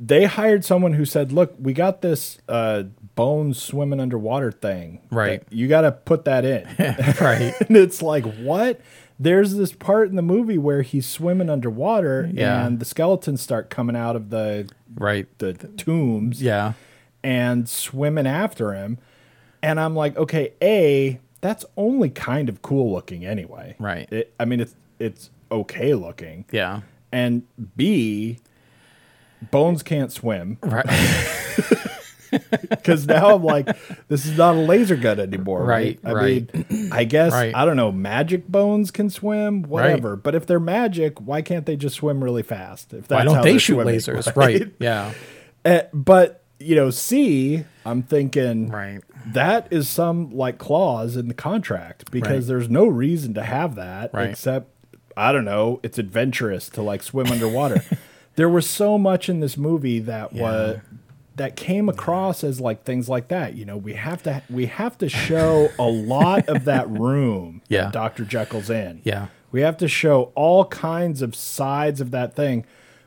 they hired someone who said, "Look, we got this uh, bones swimming underwater thing.
Right.
You got to put that
<laughs>
in."
right.
and it's like what there's this part in the movie where he's swimming underwater
Yeah.
and the skeletons start coming out of the
Right.
the tombs
Yeah.
and swimming after him. And I'm like, okay, A, that's only kind of cool looking anyway.
Right.
It, I mean, it's it's okay looking.
Yeah.
And B, Bones can't swim <laughs>
Right.
because now I'm like, this is not a laser gun anymore. Right.
Right,
I
right.
mean, I guess,
Right.
I don't know, magic bones can swim, whatever. But if they're magic, why can't they just swim really fast? If that's
Why
how
don't they
they're
shoot
swimming, <laughs>
lasers? Right. Yeah.
Uh, but you know, C, I'm thinking
Right.
that is some like clause in the contract because
Right.
there's no reason to have that
Right.
except I don't know, it's adventurous to like swim underwater. <laughs> there was so much in this movie that was that came across as like things like that. You know, we have to we have to show a lot of that room
<laughs> Yeah.
Dr. Jekyll's in.
Yeah.
We have to show all kinds of sides of that thing.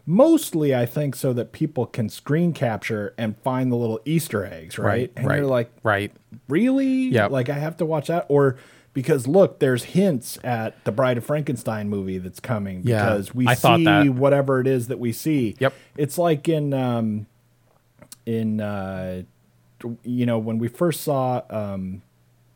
Mostly, I think, so that people can screen capture and find the little Easter eggs, right?
Right.
and
right.
you're like,
right.
really?
Yep.
Like, I have to watch that? Or because look, there's hints at the Bride of Frankenstein movie that's coming
Yeah,
because we
I thought
see
that.
whatever it is that we see.
Yep.
It's like in, um, in, uh, you know, when we first saw, um,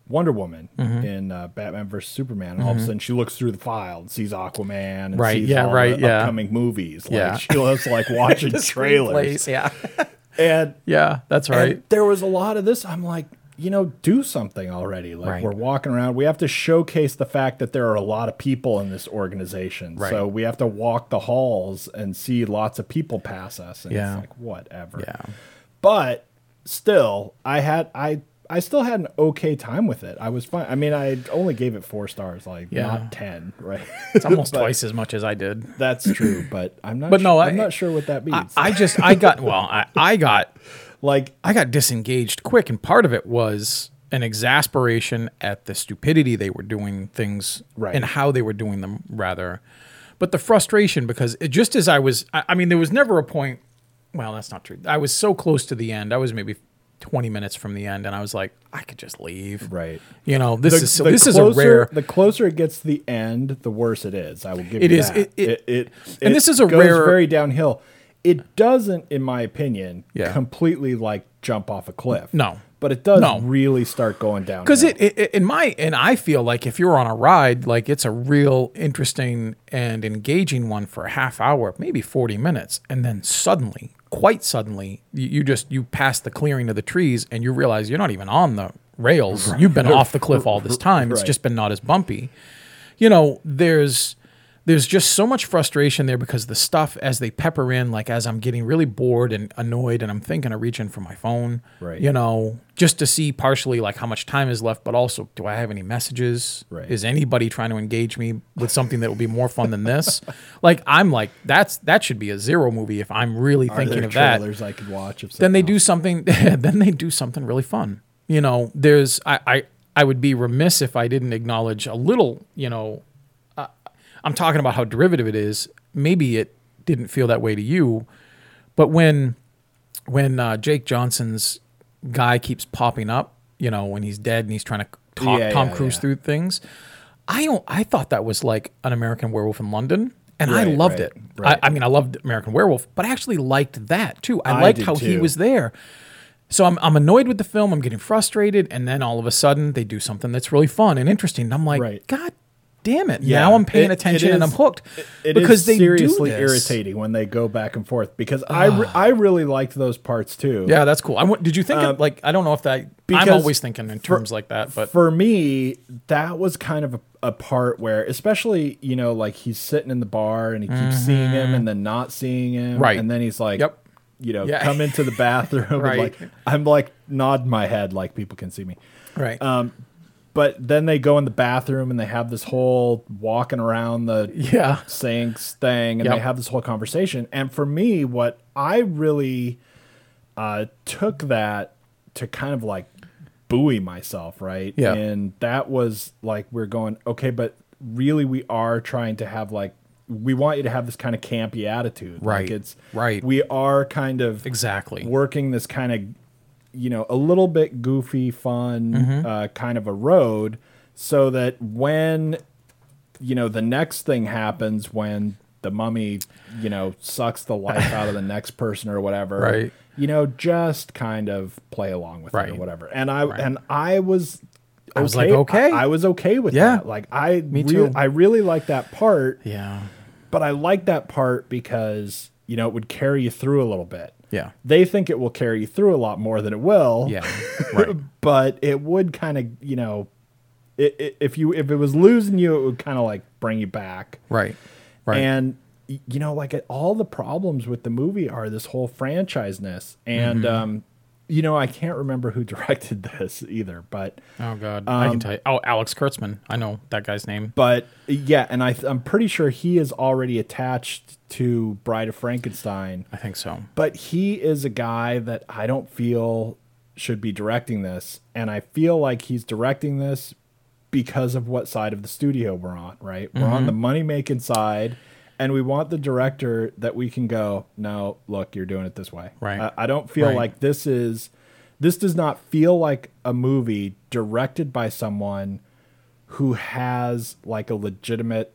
Wonder Woman
Mm-hmm.
in uh, Batman versus Superman, and all of a sudden she looks through the file and sees Aquaman, and
Right,
sees
yeah,
all
right,
the
yeah.
upcoming movies. Like
Yeah.
she was
<laughs>
like watching trailers,
Place, Yeah.
<laughs> and
Yeah. That's right.
and there was a lot of this. I'm like, you know, do something already. Like
Right.
we're walking around. We have to showcase the fact that there are a lot of people in this organization.
Right.
So we have to walk the halls and see lots of people pass us. And
Yeah.
it's like whatever.
yeah.
But still, I had I I still had an okay time with it. I was fine. I mean, I only gave it four stars, like
Yeah.
not ten, right? <laughs>
It's almost twice as much as I did.
That's true, but I'm not.
But
su-
no, I-
I'm not sure what that
I,
means.
I just I got well I, I got
like,
I got disengaged quick and part of it was an exasperation at the stupidity they were doing things
Right.
and how they were doing them rather but the frustration because it, just as I was I, I mean there was never a point well that's not true I was so close to the end I was maybe 20 minutes from the end and I was like I could just leave
right.
you know this
the-
is so
the
this is a
closer-
rare
The closer it gets to the end, the worse it is. I will give
It
you
is.
that.
It- it-
it
and this is a
goes
rare-
very downhill. It doesn't, in my opinion,
Yeah.
completely like jump off a cliff.
No.
but it does
No.
really start going down.
because it, it it- in my and I feel like if you're on a ride, like it's a real interesting and engaging one for a half hour, maybe forty minutes, and then suddenly, quite suddenly, you, you just you pass the clearing of the trees and you realize you're not even on the
<laughs>
rails. You've been off the cliff all this time. It's
Right.
just been not as bumpy. You know, there's there's just so much frustration there because the stuff as they pepper in, like as I'm getting really bored and annoyed, and I'm thinking of reaching for my phone,
Right.
You know know, just to see partially like how much time is left, but also do I have any messages?
Right.
Is anybody trying to engage me with something that will be more fun than this? <laughs> like I'm like that's that should be a zero movie if I'm really
Are
thinking
there
of that.
trailers I could watch. If
Then they do something. <laughs> then they do something really fun. You know, there's I I I would be remiss if I didn't acknowledge a little. You know, uh, I'm talking about how derivative it is. Maybe it didn't feel that way to you, but when when uh, Jake Johnson's guy keeps popping up, you know, when he's dead and he's trying to talk
Yeah,
Tom
yeah,
Cruise
yeah.
through things, I don't, I thought that was like an American Werewolf in London, and I
Right,
loved
right,
it.
right.
I, I mean, I loved American Werewolf, but I actually liked that too. I
I
liked
did
how he
too.
was there. So I'm, I'm annoyed with the film. I'm getting frustrated, and then all of a sudden they do something that's really fun and interesting. And I'm like,
Right.
God damn it!
Yeah,
now I'm paying
it- it
attention and I'm
is-
hooked
It is
because they
seriously
do this. Ah.
irritating when they go back and forth because I re- I really liked those parts too.
Yeah, that's cool. I w- did you think of, like I don't know if that
Um, because
I'm always thinking in terms like that, but
for me, that was kind of a, a part where, especially, you know, like he's sitting in the bar and he keeps seeing him and then not seeing him.
Mm-hmm. Right.
And then he's like,
Yep.
you know,
Yeah.
come into the
<laughs>
bathroom.
Right.
and like, I'm like nodding my head like people can see me.
right,
Um, But then they go in the bathroom and they have this whole walking around the
yeah,
sinks thing and
Yep.
they have this whole conversation and for me what i really uh, took that to kind of like buoy myself right
Yeah.
and that was like we're going okay but really we are trying to have like we want you to have this kind of campy attitude
Right.
like it's
Right.
we are kind of
exactly.
working this kind of you know a little bit goofy fun
Mm-hmm.
uh, kind of a road so that when you know the next thing happens when the mummy, you know, sucks the
<laughs>
life out of the next person or whatever.
Right.
You know, just kind of play along with it or
Right.
whatever. And I and I was
I was like, okay.
I, I was okay with
Yeah.
that. Like I Me
too.
I really like that part,
Yeah.
but I like that part because, you know, it would carry you through a little bit.
Yeah.
They think it will carry you through a lot more than it will.
Yeah. Right.
<laughs> but it would kind of, you know, it, it, if you if it was losing you, it would kind of like bring you back.
Right. Right.
And y- you know, like it- all the problems with the movie are this whole franchiseness, and
Mm-hmm.
um, you know, I can't remember who <laughs> directed this either, but
oh God, I
um,
can tell you. Oh, Alex Kurtzman. I know that guy's name.
but yeah, and I I'm pretty sure he is already attached to Bride of Frankenstein,
I think so.
but he is a guy that I don't feel should be directing this, and I feel like he's directing this because of what side of the studio we're on, right? We're
Mm-hmm.
on the money making side, and we want the director that we can go, no, look, you're doing it this way.
Right.
I, I don't feel
Right.
like this is, this does not feel like a movie directed by someone who has like a legitimate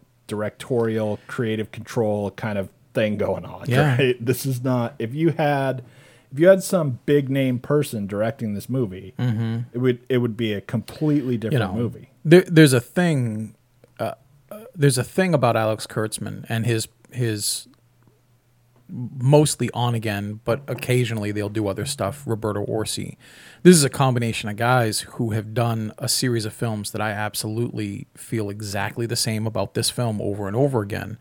directorial creative control kind of thing going on
Yeah.
<laughs> right this is not if you had if you had some big name person directing this movie it would it would be a completely different
Mm-hmm. know,
movie
There, there's a thing. Uh, uh, there's a thing about Alex Kurtzman and his his mostly on again, but occasionally they'll do other stuff. Roberto Orsi. This is a combination of guys who have done a series of films that I absolutely feel exactly the same about this film over and over again.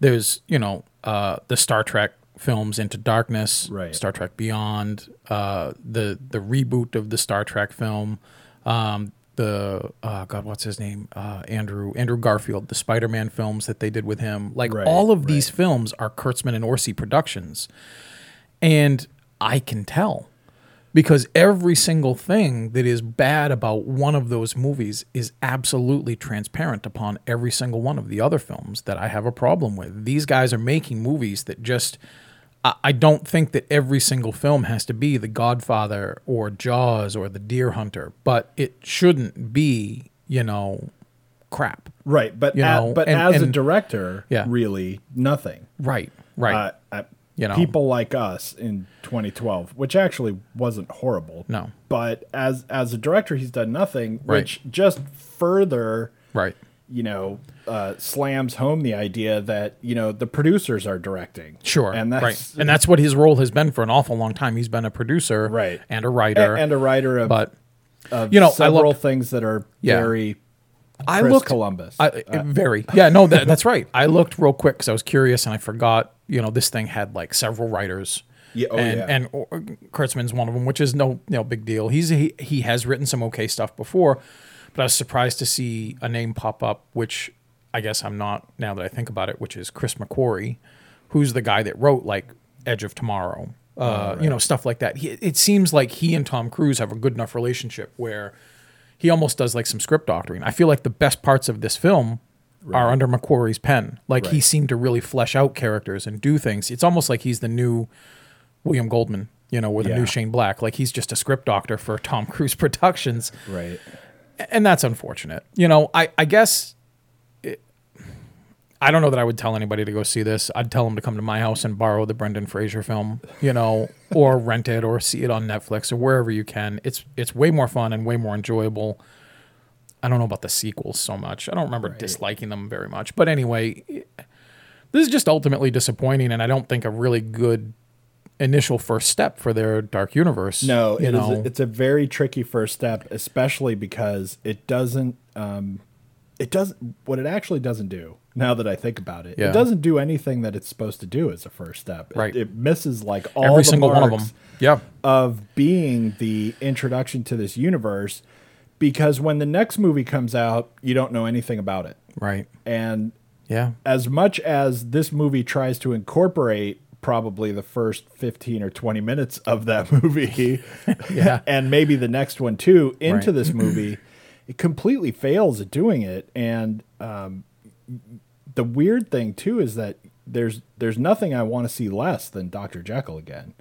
There's you know uh, the Star Trek films Into Darkness,
Right.
Star Trek Beyond, uh, the the reboot of the Star Trek film, um, the uh, God, what's his name, uh, Andrew Andrew Garfield, the Spider Man films that they did with him. Like
Right,
all of these films are Kurtzman and Orsi productions, and I can tell because every single thing that is bad about one of those movies is absolutely transparent upon every single one of the other films that I have a problem with. These guys are making movies that just. I- I don't think that every single film has to be The Godfather or Jaws or The Deer Hunter, but it shouldn't be, you know, crap.
right but
you
a-
know,
but
and-
as a
and-
director
Yeah.
really nothing
Right, right.
uh, uh,
You know.
people like us in 2012 which actually wasn't horrible
No.
but as as a director he's done nothing
Right.
which just further
right.
you know, uh, slams home the idea that you know the producers are directing.
Sure.
and that's
right. and that's what his role has been for an awful long time. He's been a producer
Right.
and a
a-
writer.
and a writer of,
but
of
you know, I
several
looked-
things that are
Yeah.
very
I
Chris
looked
Columbus.
I, it- very. Yeah, no, that,
<laughs>
that's right. I looked real quick because I was curious and I forgot, you know, this thing had like several writers.
Yeah, oh,
and,
yeah.
And or, Kurtzman's one of them, which is no no big deal. He's he, he has written some okay stuff before, but I was surprised to see a name pop up, which I guess I'm not now that I think about it, which is Chris McQuarrie, who's the guy that wrote like Edge of Tomorrow, uh,
Oh,
you know, stuff like that. He, it seems like he and Tom Cruise have a good enough relationship where he almost does like some script doctoring. I feel like the best parts of this film are under McQuarrie's pen. Like he
Right.
seemed to really flesh out characters and do things. It's almost like he's the new William Goldman, you know, or the
Yeah.
new Shane Black. Like he's just a script doctor for Tom Cruise <laughs> Productions
right.
and that's unfortunate. You know, I I guess it, I don't know that I would tell anybody to go see this. I'd tell them to come to my house and borrow the Brendan Fraser film,
<laughs>
you know, or rent it or see it on Netflix or wherever you can. It's it's way more fun and way more enjoyable. I don't know about the sequels so much. I don't remember disliking them very much. But anyway, this is just ultimately disappointing and I don't think a really good initial first step for their dark universe.
No,
you
it is.
know.
it's a very tricky first step, especially because it doesn't. Um, it doesn't. What it actually doesn't do. Now that I think about it,
Yeah.
it doesn't do anything that it's supposed to do as a first step. It-
Right.
It, misses like all
every
the
single one of
marks
them. Yeah.
of being the introduction to this universe because when the next movie comes out, you don't know anything about it.
Right.
And
Yeah.
as much as this movie tries to incorporate probably the first 15 or 20 minutes of that <laughs> movie
<laughs> Yeah.
and maybe the next one too into
Right.
this movie, it completely fails at doing it. And um, the weird thing too is that there's there's nothing I want to see less than Dr. Jekyll again.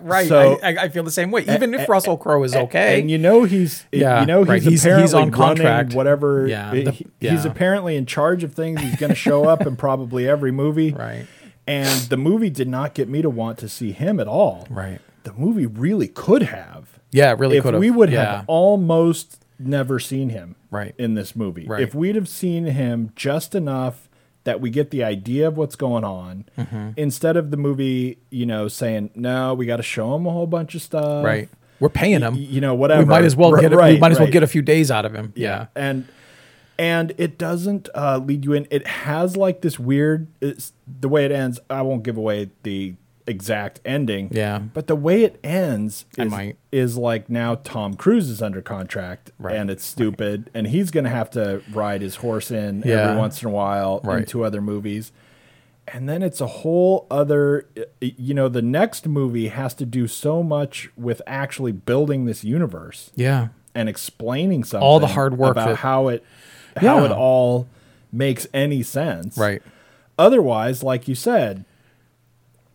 right.
So-
I, I, I feel the same way. Even if Russell Crowe is okay,
And you know he's
Yeah,
you know he's
right. He's- he's
apparently
on
running
contract.
whatever
Yeah,
he-
the-
he- he's
yeah.
apparently in charge of things. He's going to show up in probably every movie.
<laughs> right,
And the movie did not get me to want to see him at all.
right.
The movie really could have.
Yeah, it really
if
could have.
we would
yeah.
have almost never seen him
Right.
in this movie
Right.
if we'd have seen him just enough that we get the idea of what's going on
Mm-hmm.
instead of the movie you know saying no we got to show him a whole bunch of stuff
right. We're paying him.
y- you know, whatever.
We might as well
R-
get. A, we
right,
might as well
right.
get a few days out of him. Yeah.
and and it doesn't uh, lead you in it has like this weird it's, the way it ends i won't give away the exact ending
Yeah.
but the way it ends
I
is,
might.
is like now tom cruise is under contract
Right,
and it's stupid and he's gonna have to ride his horse in
Yeah.
every once in a while in
Right.
two other movies and then it's a whole other you know the next movie has to do so much with actually building this universe
Yeah.
and explaining something
All the hard work
about
that-
how it how
Yeah.
it all makes any sense
Right.
otherwise like you said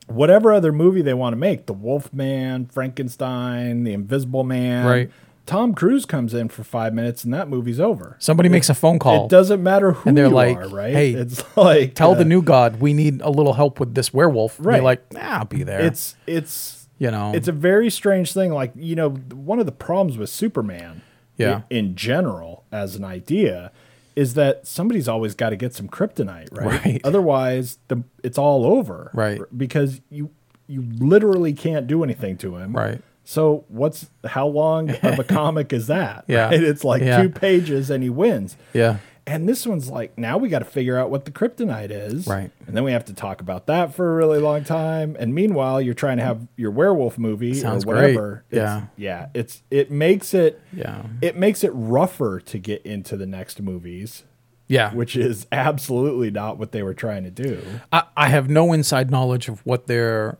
whatever other movie they want to make the wolfman frankenstein the invisible man
Right.
tom cruise comes in for five minutes and that movie's over
Somebody makes a phone call.
it doesn't matter who
And they're
you
like,
are right
"Hey,
it's <laughs> like
Tell the
uh,
new god we need a little help with this werewolf. And they're
Right.
like, nah, I'll be there.
it's it's
you know.
it's a very strange thing like you know one of the problems with superman
Yeah.
i- in, general as an idea is that somebody's always got to get some kryptonite right,
Right.
<laughs> otherwise the it's all over
Right.
because you you literally can't do anything to him
Right.
so what's how long of
<laughs>
a comic is that
Yeah.
right? it's like
Yeah.
two pages and he wins
yeah.
and this one's like, now we got to figure out what the kryptonite is.
Right.
And then we have to talk about that for a really long time. And meanwhile, you're trying to have your werewolf movie
Sounds
or
great.
whatever. It's-
Yeah.
Yeah. It's it makes it
Yeah.
it makes it rougher to get into the next movies,
Yeah.
which is absolutely not what they were trying to do.
I, I have no inside knowledge of what they're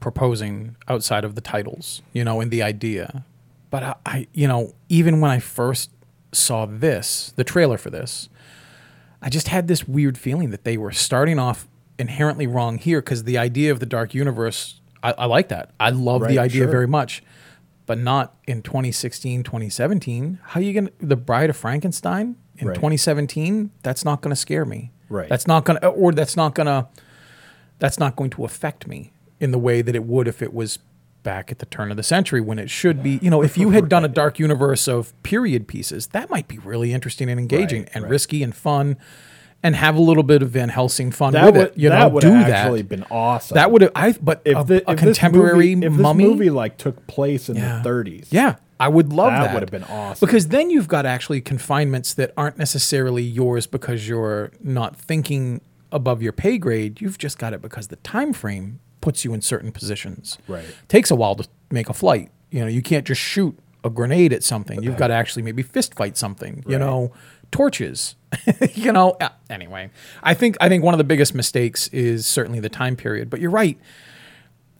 proposing outside of the titles, you know, and the idea. But I, I you know, even when I first saw this, the trailer for this, I just had this weird feeling that they were starting off inherently wrong here because the idea of the dark universe, I, I like that. I love
Right,
the idea
sure.
very much. But not in 2016, 2017. How you going to, The Bride of Frankenstein in
Right.
2017? That's not going to scare me.
Right.
That's not going to, or that's not going to, that's not going to affect me in the way that it would if it was back at the turn of the century when it should be. You know, if you had done a dark universe of period pieces, that might be really interesting and engaging
Right,
and
right.
risky and fun and have a little bit of Van Helsing fun
That
with
would
it. You
that
know,
would
do
have
that.
actually been awesome.
that would have, I, but a,
the-
a
this movie-
contemporary
if this
mummy.
movie like took place in
Yeah.
the 30s.
Yeah, I would love
That
that.
would've been awesome.
Because then you've got actually confinements that aren't necessarily yours because you're not thinking above your pay grade. You've just got it because the time frame puts you in certain positions.
Right.
Takes a while to make a flight. You know, you can't just shoot a grenade at something. You've got to actually maybe fist fight something. You know, torches. <laughs> you know. uh, Anyway, I think I think one of the biggest mistakes is certainly the time period. But you're right.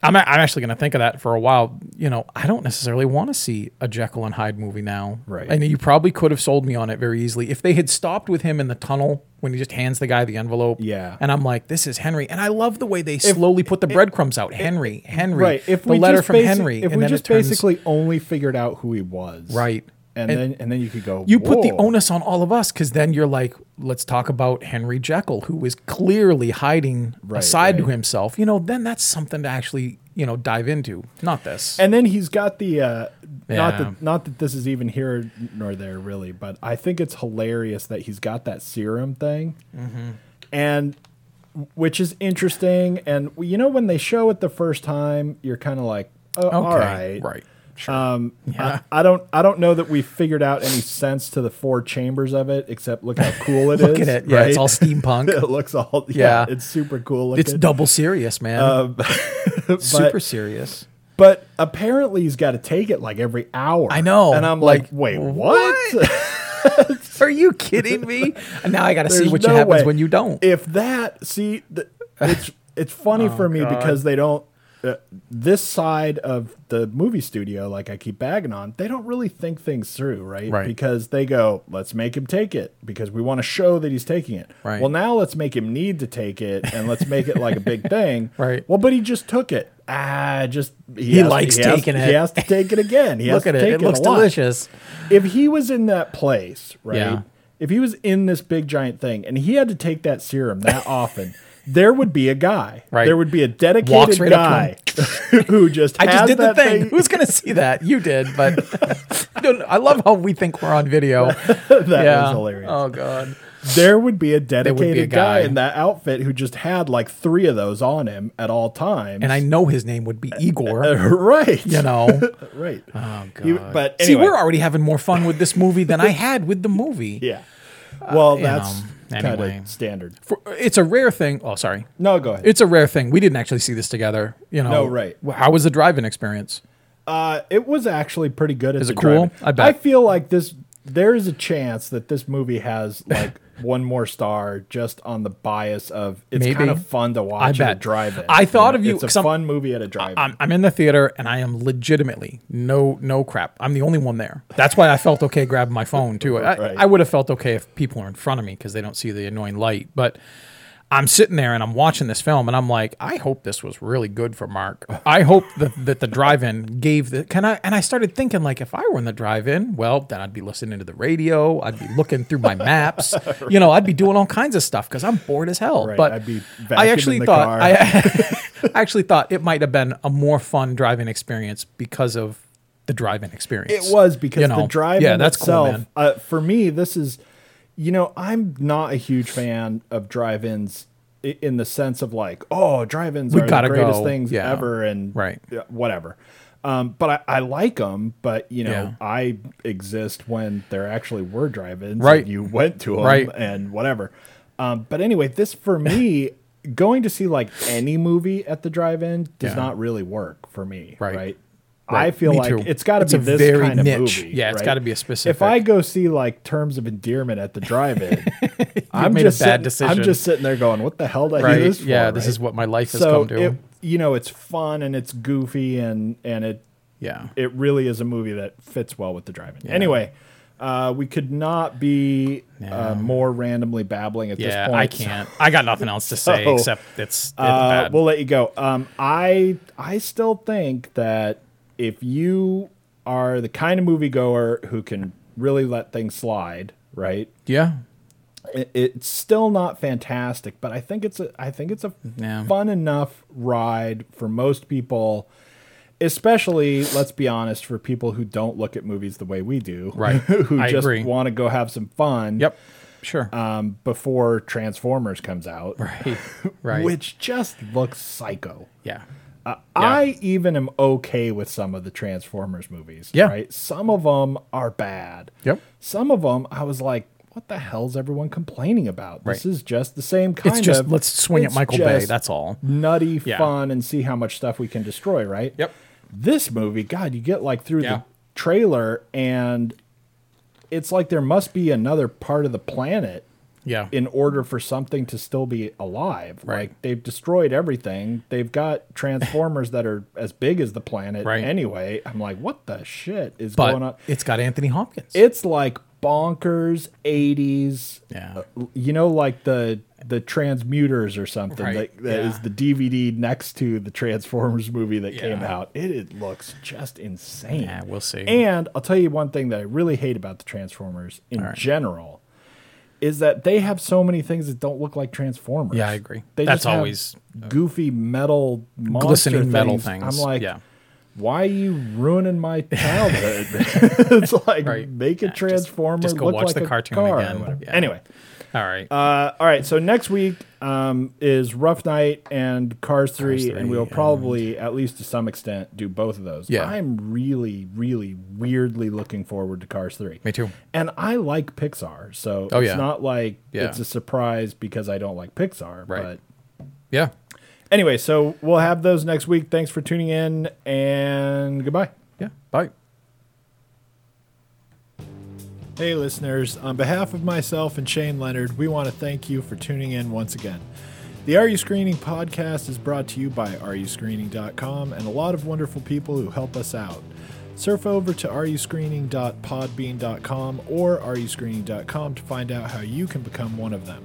I'm, a- I'm actually going to think of that for a while. You know, I don't necessarily want to see a Jekyll and Hyde movie now.
Right.
And you probably could have sold me on it very easily if they had stopped with him in the tunnel when he just hands the guy the envelope.
Yeah.
And I'm like, this is Henry. And I love the way they slowly put the breadcrumbs out. Henry, Henry.
Right. If
the
we
letter
just
from
basi-
Henry.
if
and
we
then it
just
turns-
basically only figured out who he was,
Right.
And,
And-
then and then you could go.
you put the
"Whoa."
onus on all of us because then you're like, let's talk about Henry Jekyll, who is clearly hiding
Right,
aside to
right.
himself. You know, then that's something to actually, you know, dive into. Not this.
And then he's got the uh, not
Yeah.
that not that this is even here nor there really, but I think it's hilarious that he's got that serum thing,
Mm-hmm.
and which is interesting. And you know when they show it the first time, you're kind of like, oh, all right,
Right. Sure.
Um, I, I don't I don't know that we've figured out any sense to the four chambers of it, except look how cool it is.
<laughs> Look at it. Yeah,
right?
it's
<laughs>
all steampunk.
it looks all yeah,
Yeah.
it's super cool looking.
it's double serious, man.
Uh, but,
Super serious.
but apparently he's got to take it like every hour.
I know.
and I'm like,
Like,
wait, what?
Are you kidding
<laughs>
me? And now I got to see
There's
what
no
happens
way.
when you don't.
If that, see, th-
<laughs>
it's it's funny for me because they don't. Uh, this side of the movie studio, like I keep bagging on, they don't really think things through, right?
Right.
Because they go, let's make him take it because we want to show that he's taking it.
Right. <laughs>
Well, now let's make him need to take it and let's make it like a big thing.
Right.
Well, but he just took it. ah, just
He
has to-
likes
has-
taking it.
He has to take it again.
<laughs>
He has
Look
to
at it.
take
It looks
a lot.
delicious.
If he was in that place, right?
Yeah.
If he was in this big giant thing and he had to take that serum that <laughs> often, there would be a guy.
Right.
There would be a dedicated
Walks right
guy
up
<laughs> who just
I just
has
did the
that
thing. Who's going to see that? You did, but <laughs> No, no, I love how we think we're on video.
<laughs> that
yeah.
was hilarious.
Oh god.
there would be a
would
dedicated
be a
guy.
guy.
in that outfit who just had like three of those on him at all times.
And I know his name would be
<laughs>
Igor.
right,
You know.
right.
Oh god.
You- but
see,
anyway.
we're already having more fun with this movie than I had with the movie.
Yeah. Well,
Uh, you
that's
know,
kind of
anyway.
standard.
For, it's a rare thing. Oh, sorry.
No, go ahead.
It's a rare thing. We didn't actually see this together. You know.
No, right.
How was the driving experience?
Uh, it was actually pretty good. Is
it cool?
I
I bet.
feel like this. There is a chance that this movie
<laughs>
has like one more star just on the bias of it's
Maybe.
kind of fun to watch at a
bet.
drive-in.
I thought of you-
It's a
'cause I'm-
fun movie at a drive-in.
I'm, I'm in the theater and I am legitimately no no crap. I'm the only one there. That's why I felt okay grabbing my phone too. I,
Right.
I would have felt okay if people are in front of me because they don't see the annoying light. But I'm sitting there and I'm watching this film and I'm like, I hope this was really good for Mark. I hope that, that the drive-in gave the can I and I started thinking like if I were in the drive-in, well then I'd be listening to the radio, I'd be looking through my
<laughs>
maps, you know, I'd be doing all kinds of stuff because I'm bored as hell.
Right,
But
I'd be
I
vacuuming
actually
the
thought
car.
I <laughs> I actually thought it might have been a more fun driving experience because of the driving experience.
It was because
You
the
know,
drive
yeah,
in
that's cool,
itself.
man.
uh, for me, this is, you know, I'm not a huge fan of drive-ins i- in the sense of like, oh, drive-ins are the
gotta
greatest
go.
things
Yeah.
ever, and
Right.
yeah, whatever. Um, but I, I like them, but you know,
Yeah.
I exist when there actually were drive-ins.
Right.
and you went to them,
Right.
and whatever. Um, but anyway, this for me. <laughs> Going to see like any movie at the drive-in does
Yeah.
not really work for me, right?
Right.
I
Right.
feel
Me
like
too.
it's got to
It's
be
a
this
very
kind of
niche.
movie.
Yeah, it's
it's
gotta be a
If I
specific-
go see like Terms of Endearment at the
<laughs>
drive-in, I'm
made a
just
bad
sitting, I'm
decision.
just sitting there going, "What the hell did I
right.
do this for?"
yeah, this
right?
is what my life has
so
come to.
it, you know, it's fun and it's goofy and and it
yeah.
it really is a movie that fits well with the drive-in. Anyway, uh, we could not be uh, more randomly babbling at this
yeah,
point.
I can't. I got nothing else to say
<laughs> So,
except it's, it's
Uh,
bad.
we'll let you go. Um, I I still think that if you are the kind of moviegoer who can really let things slide, right?
yeah.
It, it's still not fantastic, but I think it's a I think it's a
Yeah.
fun enough ride for most people. Especially, let's be honest, for people who don't look at movies the way we do,
Right.
<laughs> who
I
just
agree.
want to go have some fun,
Yep. Sure.
um, before Transformers comes out, <laughs>
right. Right.
which just looks psycho.
yeah.
I even am okay with some of the Transformers movies.
Yeah.
Right. Some of them are bad.
Yep.
Some of them I was like, what the hell's everyone complaining about? This
Right.
is just the same kind
It's just
of.
let's swing at
it's
Michael Bay.
just
That's all.
nutty
Yeah.
fun and see how much stuff we can destroy. Right.
Yep.
This movie, God, you get like through
Yeah.
the trailer and it's like there must be another part of the planet
Yeah.
in order for something to still be alive.
Right.
Like they've destroyed everything. They've got transformers that are as big as the planet
Right.
anyway. I'm like, what the shit is going on?
but it's got Anthony Hopkins.
It's like bonkers 80s.
Yeah.
uh, You know, like the the transmuters or something
Right,
that, that
yeah.
is the DVD next to the Transformers movie that came
Yeah.
out. It, it looks just insane.
yeah, we'll see.
And I'll tell you one thing that I really hate about the Transformers in general is that they have so many things that don't look like Transformers.
Yeah, I agree.
They
That's
just have
always- uh,
goofy metal, monster
Glistening metal things.
I'm like,
Yeah.
why are you ruining <laughs> my childhood? it's like
Right.
make a
Yeah, just-
Transformer
just go
look
watch
like
the
a
cartoon
car or
again.
whatever.
Yeah.
Anyway.
all right.
Uh, all right, so next week um, is Rough Night and Cars 3, and
3
we'll
and-
probably, at least to some extent, do both of those.
Yeah.
I'm really, really weirdly looking forward to Cars 3.
Me too.
And I like Pixar, so
Oh,
it's
yeah.
not like
Yeah.
it's a surprise because I don't like Pixar.
Right.
But
yeah.
anyway, so we'll have those next week. Thanks for tuning in, and goodbye.
Yeah. Bye.
Hey, listeners, on behalf of myself and Shane Leonard, we want to thank you for tuning in once again. The Are You Screening podcast is brought to you by areyouscreening.com and a lot of wonderful people who help us out. Surf over to areyouscreening.podbean.com or areyouscreening.com to find out how you can become one of them.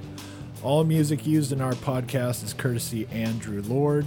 All music used in our podcast is courtesy Andrew Lord.